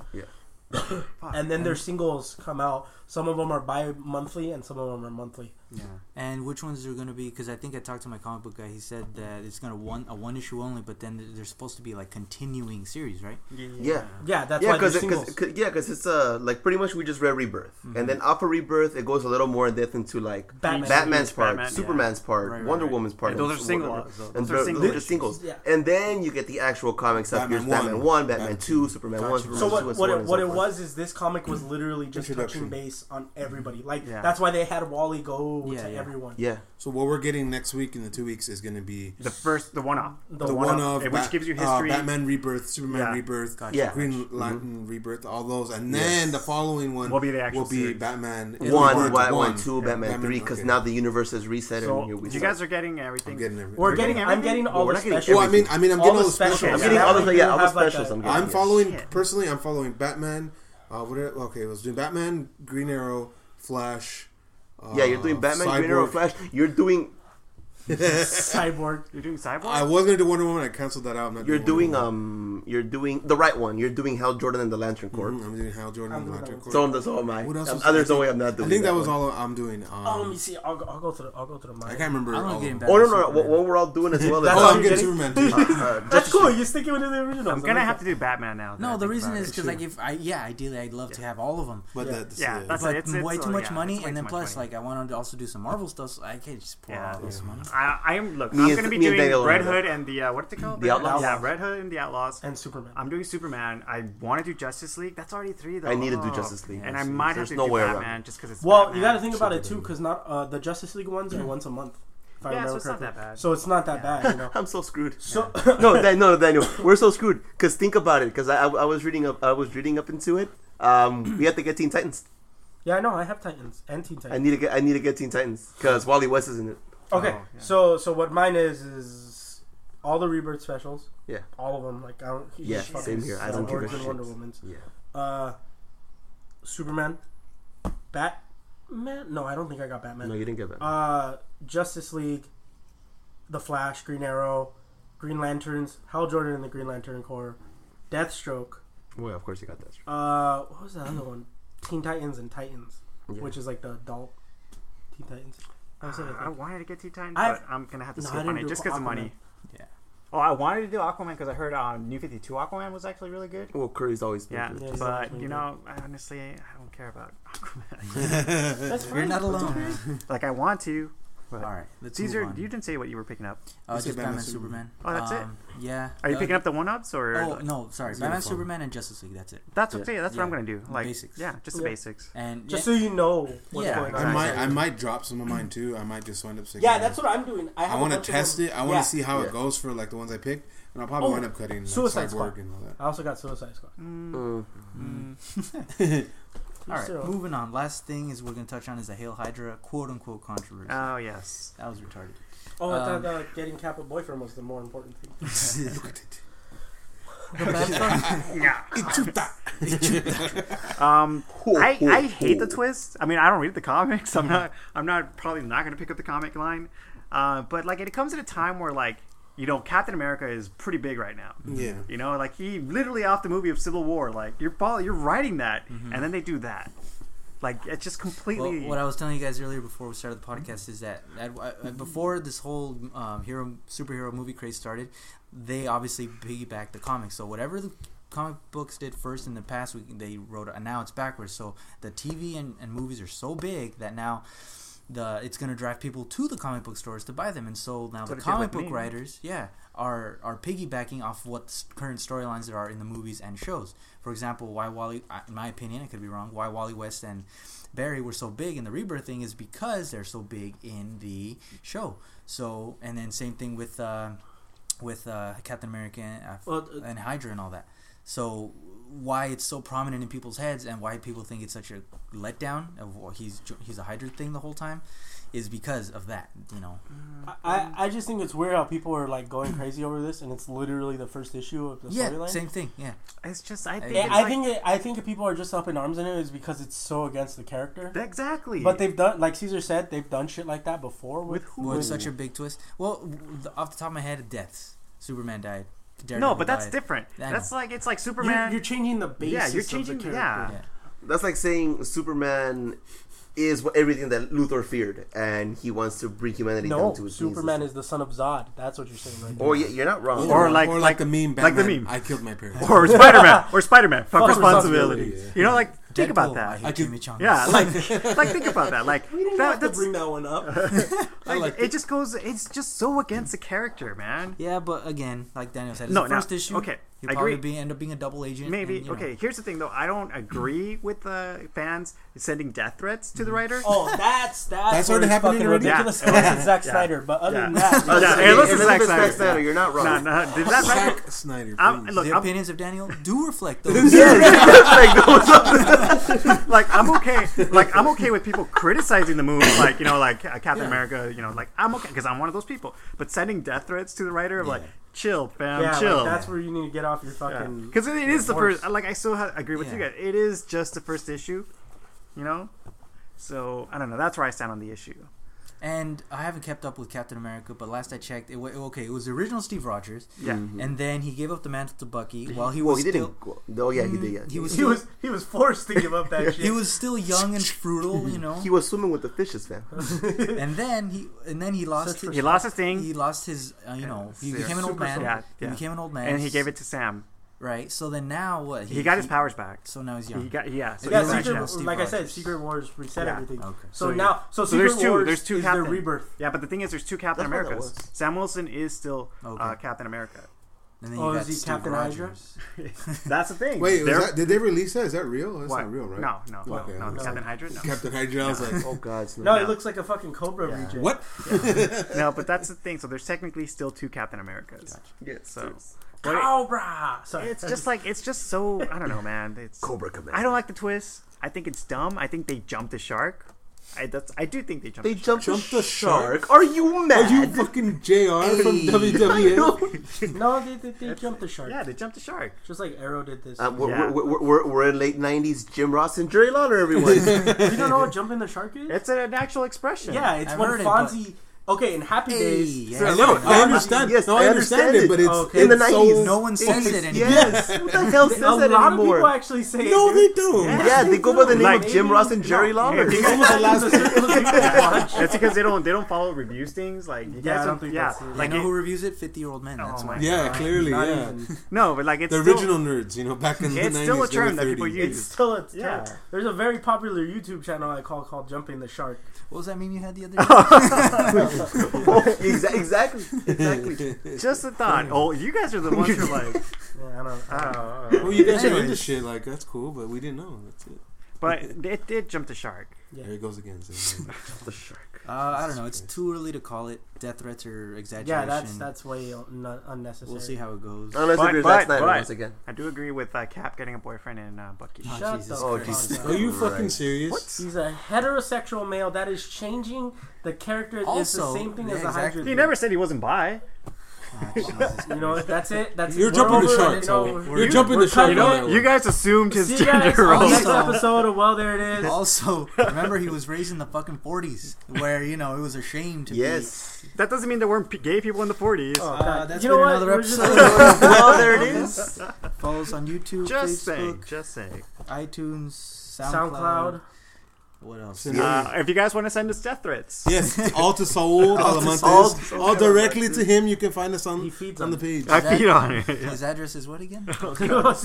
Ah, Fuck. and then their singles come out. Some of them are bi-monthly, and some of them are monthly. yeah. And which ones are going to be? Because I think I talked to my comic book guy. He said that it's going to one a one issue only, but then there's supposed to be like continuing series, right? Yeah. Yeah, that's yeah, why they're because singles. Mm-hmm. yeah, because it's uh like pretty much we just read Rebirth, and then after Rebirth it goes a little more in depth into like Batman. Batman's part, Batman, yeah. Superman's part, Right, right, Wonder right. Woman's part. And those are single- whatever. those- and those are those, single are issues. singles. Yeah. And then you get the actual comic stuff. Here's Batman Batman one, one, Batman Batman two, Superman one, Gotcha. Superman So two, what and what it, on and what so it forth. was is this comic was literally just touching Introduction. base on Mm-hmm. everybody. Like Yeah. that's why they had Wally go Yeah, to yeah. everyone. Yeah, So what we're getting next week in the two weeks is going to be The first, the one-off, The the one one of which Bat- gives you uh, history. Batman Rebirth, Superman Yeah. Mm-hmm. Rebirth, Gotcha. Yeah. Green Lantern Rebirth, all those, and then the following one Will be the actual will be series. Batman one, Rebirth one, one, two, Batman, Batman, three, because okay. now the universe is reset so and here we you start. guys are getting everything. I'm getting everything. We're getting. getting I'm everything? getting all We're the not getting special. Well, I mean, I mean, I'm All getting the all the specials. specials. I'm Yeah, getting that all way the you yeah, all the have, like, specials. a- I'm getting. I'm yes. following Shit. personally. I'm following Batman. Uh, what? Are, okay, I was doing Batman, Green Arrow, Flash. Uh, Yeah, you're doing Batman, Green Arrow, Cyborg. Flash. You're doing [laughs] [laughs] Cyborg. You're doing Cyborg. I was gonna do Wonder Woman. I canceled that out. I'm not You're doing Wonder Woman. um, you're doing the right one. You're doing Hal Jordan and the Lantern Corps. Mhm, I'm doing Hal Jordan. I'm and doing Lantern that Corps. So, I'm, so am I. What else Um, was- uh, there's no way I'm not doing. I think that was one. all I'm doing. Um, Oh, let me see. I'll go. I'll go to. The, I'll go to the I mind. can't I remember. don't all know of getting them. back. Oh no to no! no. What, Superman. what we're all doing as well. That's as all Oh, I'm you're getting getting? Superman. Too. uh, That's cool. You're sticking with the original. I'm gonna have to do Batman now. that I No, the think reason about is it. because like if I yeah, ideally I'd love to have all of them, But Yeah. that's Yeah, yeah. that's- but it's- it's- way uh, too much yeah, money, it's way and then too much plus money. like I want to also do some Marvel stuff, so I can't just pour Yeah. all this money. I, I am look. Me I'm and- gonna be me and doing Daniel are Red gonna- Hood and the uh, what's it called? The Red Hood- Outlaws? Yeah, Red Hood and the Outlaws. [laughs] And Superman. I'm doing Superman. I want to do Justice League. That's already three though. I need to do Oh. Justice League. and I might There's have to no do way around Batman it. just because it's. well, Batman. you got to think about it too, because not uh, the Justice League ones are once a month. If I Yeah, so remember it's not correctly. that bad. So it's not that bad. [laughs] You know. I'm [laughs] so screwed. So no, Dan, no, Daniel, we're so screwed. Cause think about it. Cause I, I, I was reading up, I was reading up into it. Um, we have to get Teen Titans. yeah, I know. I have Titans and Teen I Titans. need to get, I need to get Teen Titans. Cause Wally West is in it. Okay. Oh, yeah. So so what mine is is all the Rebirth specials. Yeah. All of them. Like I don't. he Yeah, just fucking same here. I don't give a Origin shit. Wonder Woman's. Yeah. Uh, Superman, Batman. No, I don't think I got Batman. No, you didn't get that. uh, Justice League, The Flash, Green Arrow, Green Lanterns, Hal Jordan and the Green Lantern Corps, Deathstroke. well, of course you got that. Uh, what was that other one? Teen Titans and Titans, Yeah. which is like the adult Teen Titans. I was thinking, I wanted to get Teen Titans, I've- but I'm gonna have to No, I skip didn't on it do just because of Aquaman. money. Yeah. Oh, I wanted to do Aquaman because I heard um, New Fifty Two Aquaman was actually really good. Well, Curry's always been Yeah, good. Yeah, he's but actually you good. know, I honestly, I don't care about [laughs] Aquaman. that's You're fine. not alone. like I want to. All right, let's These are move on. you didn't say what you were picking up. uh, This just is Batman, Batman, Superman. Oh, that's it? it. Yeah. Are you uh, picking up the one ups or? Oh no, sorry, It's Batman, uniform. Superman, and Justice League. That's it. That's what, Yeah. yeah, that's what I'm Yeah. gonna do. Like Basics. Yeah, just the Yeah. basics. And Just yeah, so you know what's Yeah, going on. I might, Exactly. I might drop some of mine too. I might just wind up. sticking Yeah, them. that's what I'm doing. I, I want to test it. I want to see how Yeah. it goes for like the ones I picked, and I'll probably Oh, wind up cutting like, Suicide Cyborg Squad. and all that. I also got Suicide Squad. Mm. all right, So- moving on. Last thing is we're gonna touch on is the Hail Hydra quote unquote controversy. Oh yes. that was retarded. Oh, I Um, thought uh, getting Kappa boyfriend was the more important thing. [laughs] Look at it. [laughs] Yeah. Ichuta. [laughs] [laughs] Um, Ho, I, ho, I hate the ho. twist. I mean, I don't read the comics. I'm not. I'm not probably not going to pick up the comic line. Uh, but like, it comes at a time where like, you know, Captain America is pretty big right now. Yeah. You know, like he literally off the movie of Civil War. Like you're probably, you're writing that, and then they do that. Like it's just Well, completely. what I was telling you guys earlier before we started the podcast is that, that uh, before this whole um, hero superhero movie craze started, they obviously piggybacked the comics. So whatever the comic books did first in the past, we, they wrote, and now it's backwards. So the TV and, and movies are so big that now the it's going to drive people to the comic book stores to buy them. And so now what the it did comic with book me. writers, yeah, are are piggybacking off what s- current storylines there are in the movies and shows. For example, why Wally, I- in my opinion, I could be wrong, why Wally West and Barry were so big in the rebirth thing is because they're so big in the show. So, and then same thing with uh, with uh, Captain America and, uh, Well, uh, and Hydra and all that. So, why it's so prominent in people's heads and why people think it's such a letdown of well, he's jo- he's a Hydra thing the whole time is because of that. You know, I, I, I just think it's weird how people are like going crazy over this, and it's literally the first issue of the yeah, storyline. same thing. Yeah, it's just I think. Yeah, Yeah, it's I like- think it, I think if people are just up in arms in it is because it's so against the character. exactly. But they've done, like Caesar said, they've done shit like that before with, With who? well, it's such a big twist. Well, w- the- off the top of my head, deaths. Superman died. no, Daredevil but that's died. different. I know. That's like it's like You're, Superman. you're changing the basis. yeah, you're Of changing. the character. Yeah. Yeah. That's like saying Superman is what, everything that Luthor feared, and he wants to bring humanity No, down to its Superman knees. is the son of Zod. That's what you're saying right now. Or Oh, yeah, you're not wrong. Uh, Or like- or like- like, the meme. like Batman, the meme. I killed my [laughs] parents. Or Spider Man. Or Spider Man. Fuck Fuck responsibility. responsibility. You know, like think about Deadpool, Oh, I that. hate could- Chimichangas. [laughs] Yeah, like, like think about that. Like We didn't that, have to that's, bring that one up. like, like it just goes. It's just so against the character, man. Yeah, but again, like Daniel said, it's No, the first no, issue. okay, he'll I probably agree. be end up being a double agent. Maybe and, you know. okay. Here's the thing, though. I don't agree with the fans sending death threats to the writer. [laughs] Oh, that's that's, That's where already it's happening fucking already? ridiculous. Yeah. Unless it's Zack Yeah. Snyder, but other Yeah. than that, Yeah, it's- hey, unless it's Zack Elizabeth Snyder. Snyder, you're not wrong. no, no, did that writer? Zack Snyder. I'm, please. look, The I'm, opinions of Daniel do [laughs] reflect those. like I'm okay. Like I'm okay [laughs] with people criticizing the movie, like you know, like uh, Captain America. You know, like I'm okay because I'm one of those people. But sending death threats to the writer, of like chill, fam, yeah, like, chill. that's where you need to get off your fucking. because it is the Worse. first. Like I still ha- agree with you Yeah. guys. It is just the first issue, you know. So I don't know. That's where I stand on the issue. and I haven't kept up with Captain America, but last I checked, it wa- okay, it was the original Steve Rogers, Yeah. Mm. and then he gave up the mantle to Bucky while he well, was he still didn't. go- Oh yeah, he did. Mm-hmm. Yeah, he was He was he was forced to give up that shit. he was still young and frugal, you [laughs] know. He was swimming with the fishes, man. and then he and then he lost Such his, He lost his thing, he lost his uh, you know he Yeah, became an old super man. soldier. Yeah, yeah. He became an old man, and he gave it to Sam. right. So then now what? He got his powers back. So now he's young. He got yeah. So yeah, he's back Secret, now. Steve like I said, Rogers. Secret Wars reset Yeah. everything. Okay. So, So you- now, so, so Secret there's two- Wars there's two is their Captain. rebirth. Yeah, but the thing is, there's two Captain That's what that Americas. was. Sam Wilson is still uh, Okay. Captain America. and then Oh, is you got he Steve Captain Hydra? Rogers. That's the thing. Wait, was They're- that, did they release that? Is that real? That's what? not real, right? No, no, no, Okay. no. No. Captain Hydra, no. Captain Hydra. I was like, Oh God, it's No, not. it looks like a fucking Cobra Yeah. reject. what? no, but that's the thing. So there's technically still two Captain Americas. Yes, So, yes. but it- Cobra! Sorry. [laughs] it's just like it's just so I don't know, man. It's Cobra Command. I don't like the twist. I think it's dumb. I think they jumped the shark. I that's I do think they jumped. They the jumped, Jumped the the shark. shark? Are you Are mad? you fucking JR [laughs] from [laughs] E? Hey. [laughs] WWF? No, they, they, they jumped the shark. shark. Yeah, they jumped the shark. Just like Arrow did this. Uh, we're, Yeah. we're, we're, we're, we're in late 90s Jim Ross and Jerry Lawler, [laughs] everyone. you don't know what jumping the shark is? It's an, an actual expression. yeah, it's I've when heard it, Fonzie. Okay, in Happy Hey, Days. yeah. I know. I Yeah. understand. Yes, no, I I understand understand it, but it's Okay. In the it's 90s. No one says it's- it anymore. yes. Who the hell says A that lot anymore? of people actually say it, No, dude. they don't. Yeah. yeah, they go by the name Like- of Jim Ross and Jerry Lawler. Hey, It's almost [laughs] the last. The circle of people [laughs] watch. That's because they don't they don't follow reviews things like you Yeah, I guys don't think yeah that's it. Like, like you know it- who reviews it? Fifty-year-old men. That's Oh why. my Yeah, God. clearly, Not yeah. even. no but like it's The still, original nerds, you know, back in the It's 90s. still a they were term that people 30. use. It's still a Yeah. yeah. There's a very popular YouTube channel I call called Jumping the Shark. What was that meme you had the other day? [laughs] [laughs] Exa- exactly. [laughs] Exactly. just a thought oh you guys are the ones who are like [laughs] Yeah, I don't. I don't oh, Well, you guys are into Anyways. shit. Like, that's cool, but we didn't know. That's it. but it did jump the shark Yeah. There it goes [laughs] again. same thing. the shark. uh, I don't know. It's too early to call it death threats or exaggeration. yeah, that's that's way un- unnecessary. We'll see how it [laughs] goes. Unless But- it is but- last night but- once again. I do agree with uh, Cap getting a boyfriend in uh, Bucky Oh, Shut Jesus the Oh, fuck Jesus. up. Are you Right. fucking serious? He's a heterosexual male. That is changing the character. it's the Also- same thing yeah, as the exactly. Hydra. he never said he wasn't bi Ah, Jesus. You know, that's it. That's You're we're jumping the over, shark, You so know, You're we're- jumping we're the shark cutting on it. that one. you guys assumed his See you guys gender on the role next Also- episode of Well, there it is. also, remember he was raised in the fucking forties, where you know it was a shame to Yes. that doesn't mean there weren't p- gay people in the 40s Oh, be. God. Uh, that's You been know what? another We're just episode. gonna- well, there [laughs] it is. Follow us on YouTube, just saying Facebook, just saying iTunes, SoundCloud. SoundCloud. What else? Send uh, if you guys want to send us death threats Yes, [laughs] all to Saul Saul Talamantes. All directly to him. You can find us on, He feeds on the on [laughs] page. I feed on it His address is what [laughs] again? [laughs] uh,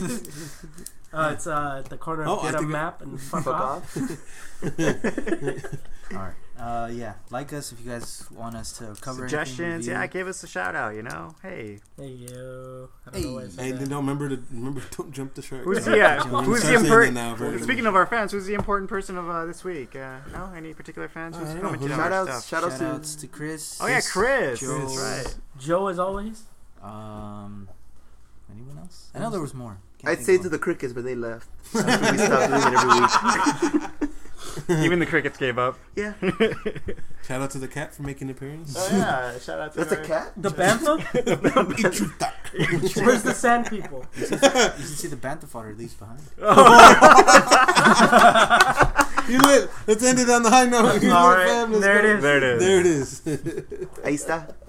it's [laughs] uh, at the corner of Oh, I get a think- map and [laughs] fuck Fuck off. off. All right. Uh, yeah, like us if you guys want us to cover anything, suggestions review. yeah give us a shout out you know hey Hey yo. I don't know why I said And that. then don't remember to remember. [laughs] Don't jump the shark. [laughs] who's the uh, Don't who's the start saying that important now, very speaking of our fans who's the important person of uh, this week uh, no any particular fans I who's don't know. commenting on Shout our outs. stuff Shout outs Shout to. outs to Chris. oh yeah Chris Joe. that's right Joe, as always. Um, anyone else? I know there was more. Can't think I'd say of to one. the crickets, but they left. we stopped doing it every week. Even the crickets gave up. Yeah. Shout out to the cat for making an appearance. yeah, shout out to That's a cat? [laughs] The Bantha? [laughs] Where's the sand people? you can see the bantha fodder leaves behind. You lit. [laughs] Let's end it on the high note. You lit, All right, fam. Let's there it go. is. There it is. There it is. Ahí está.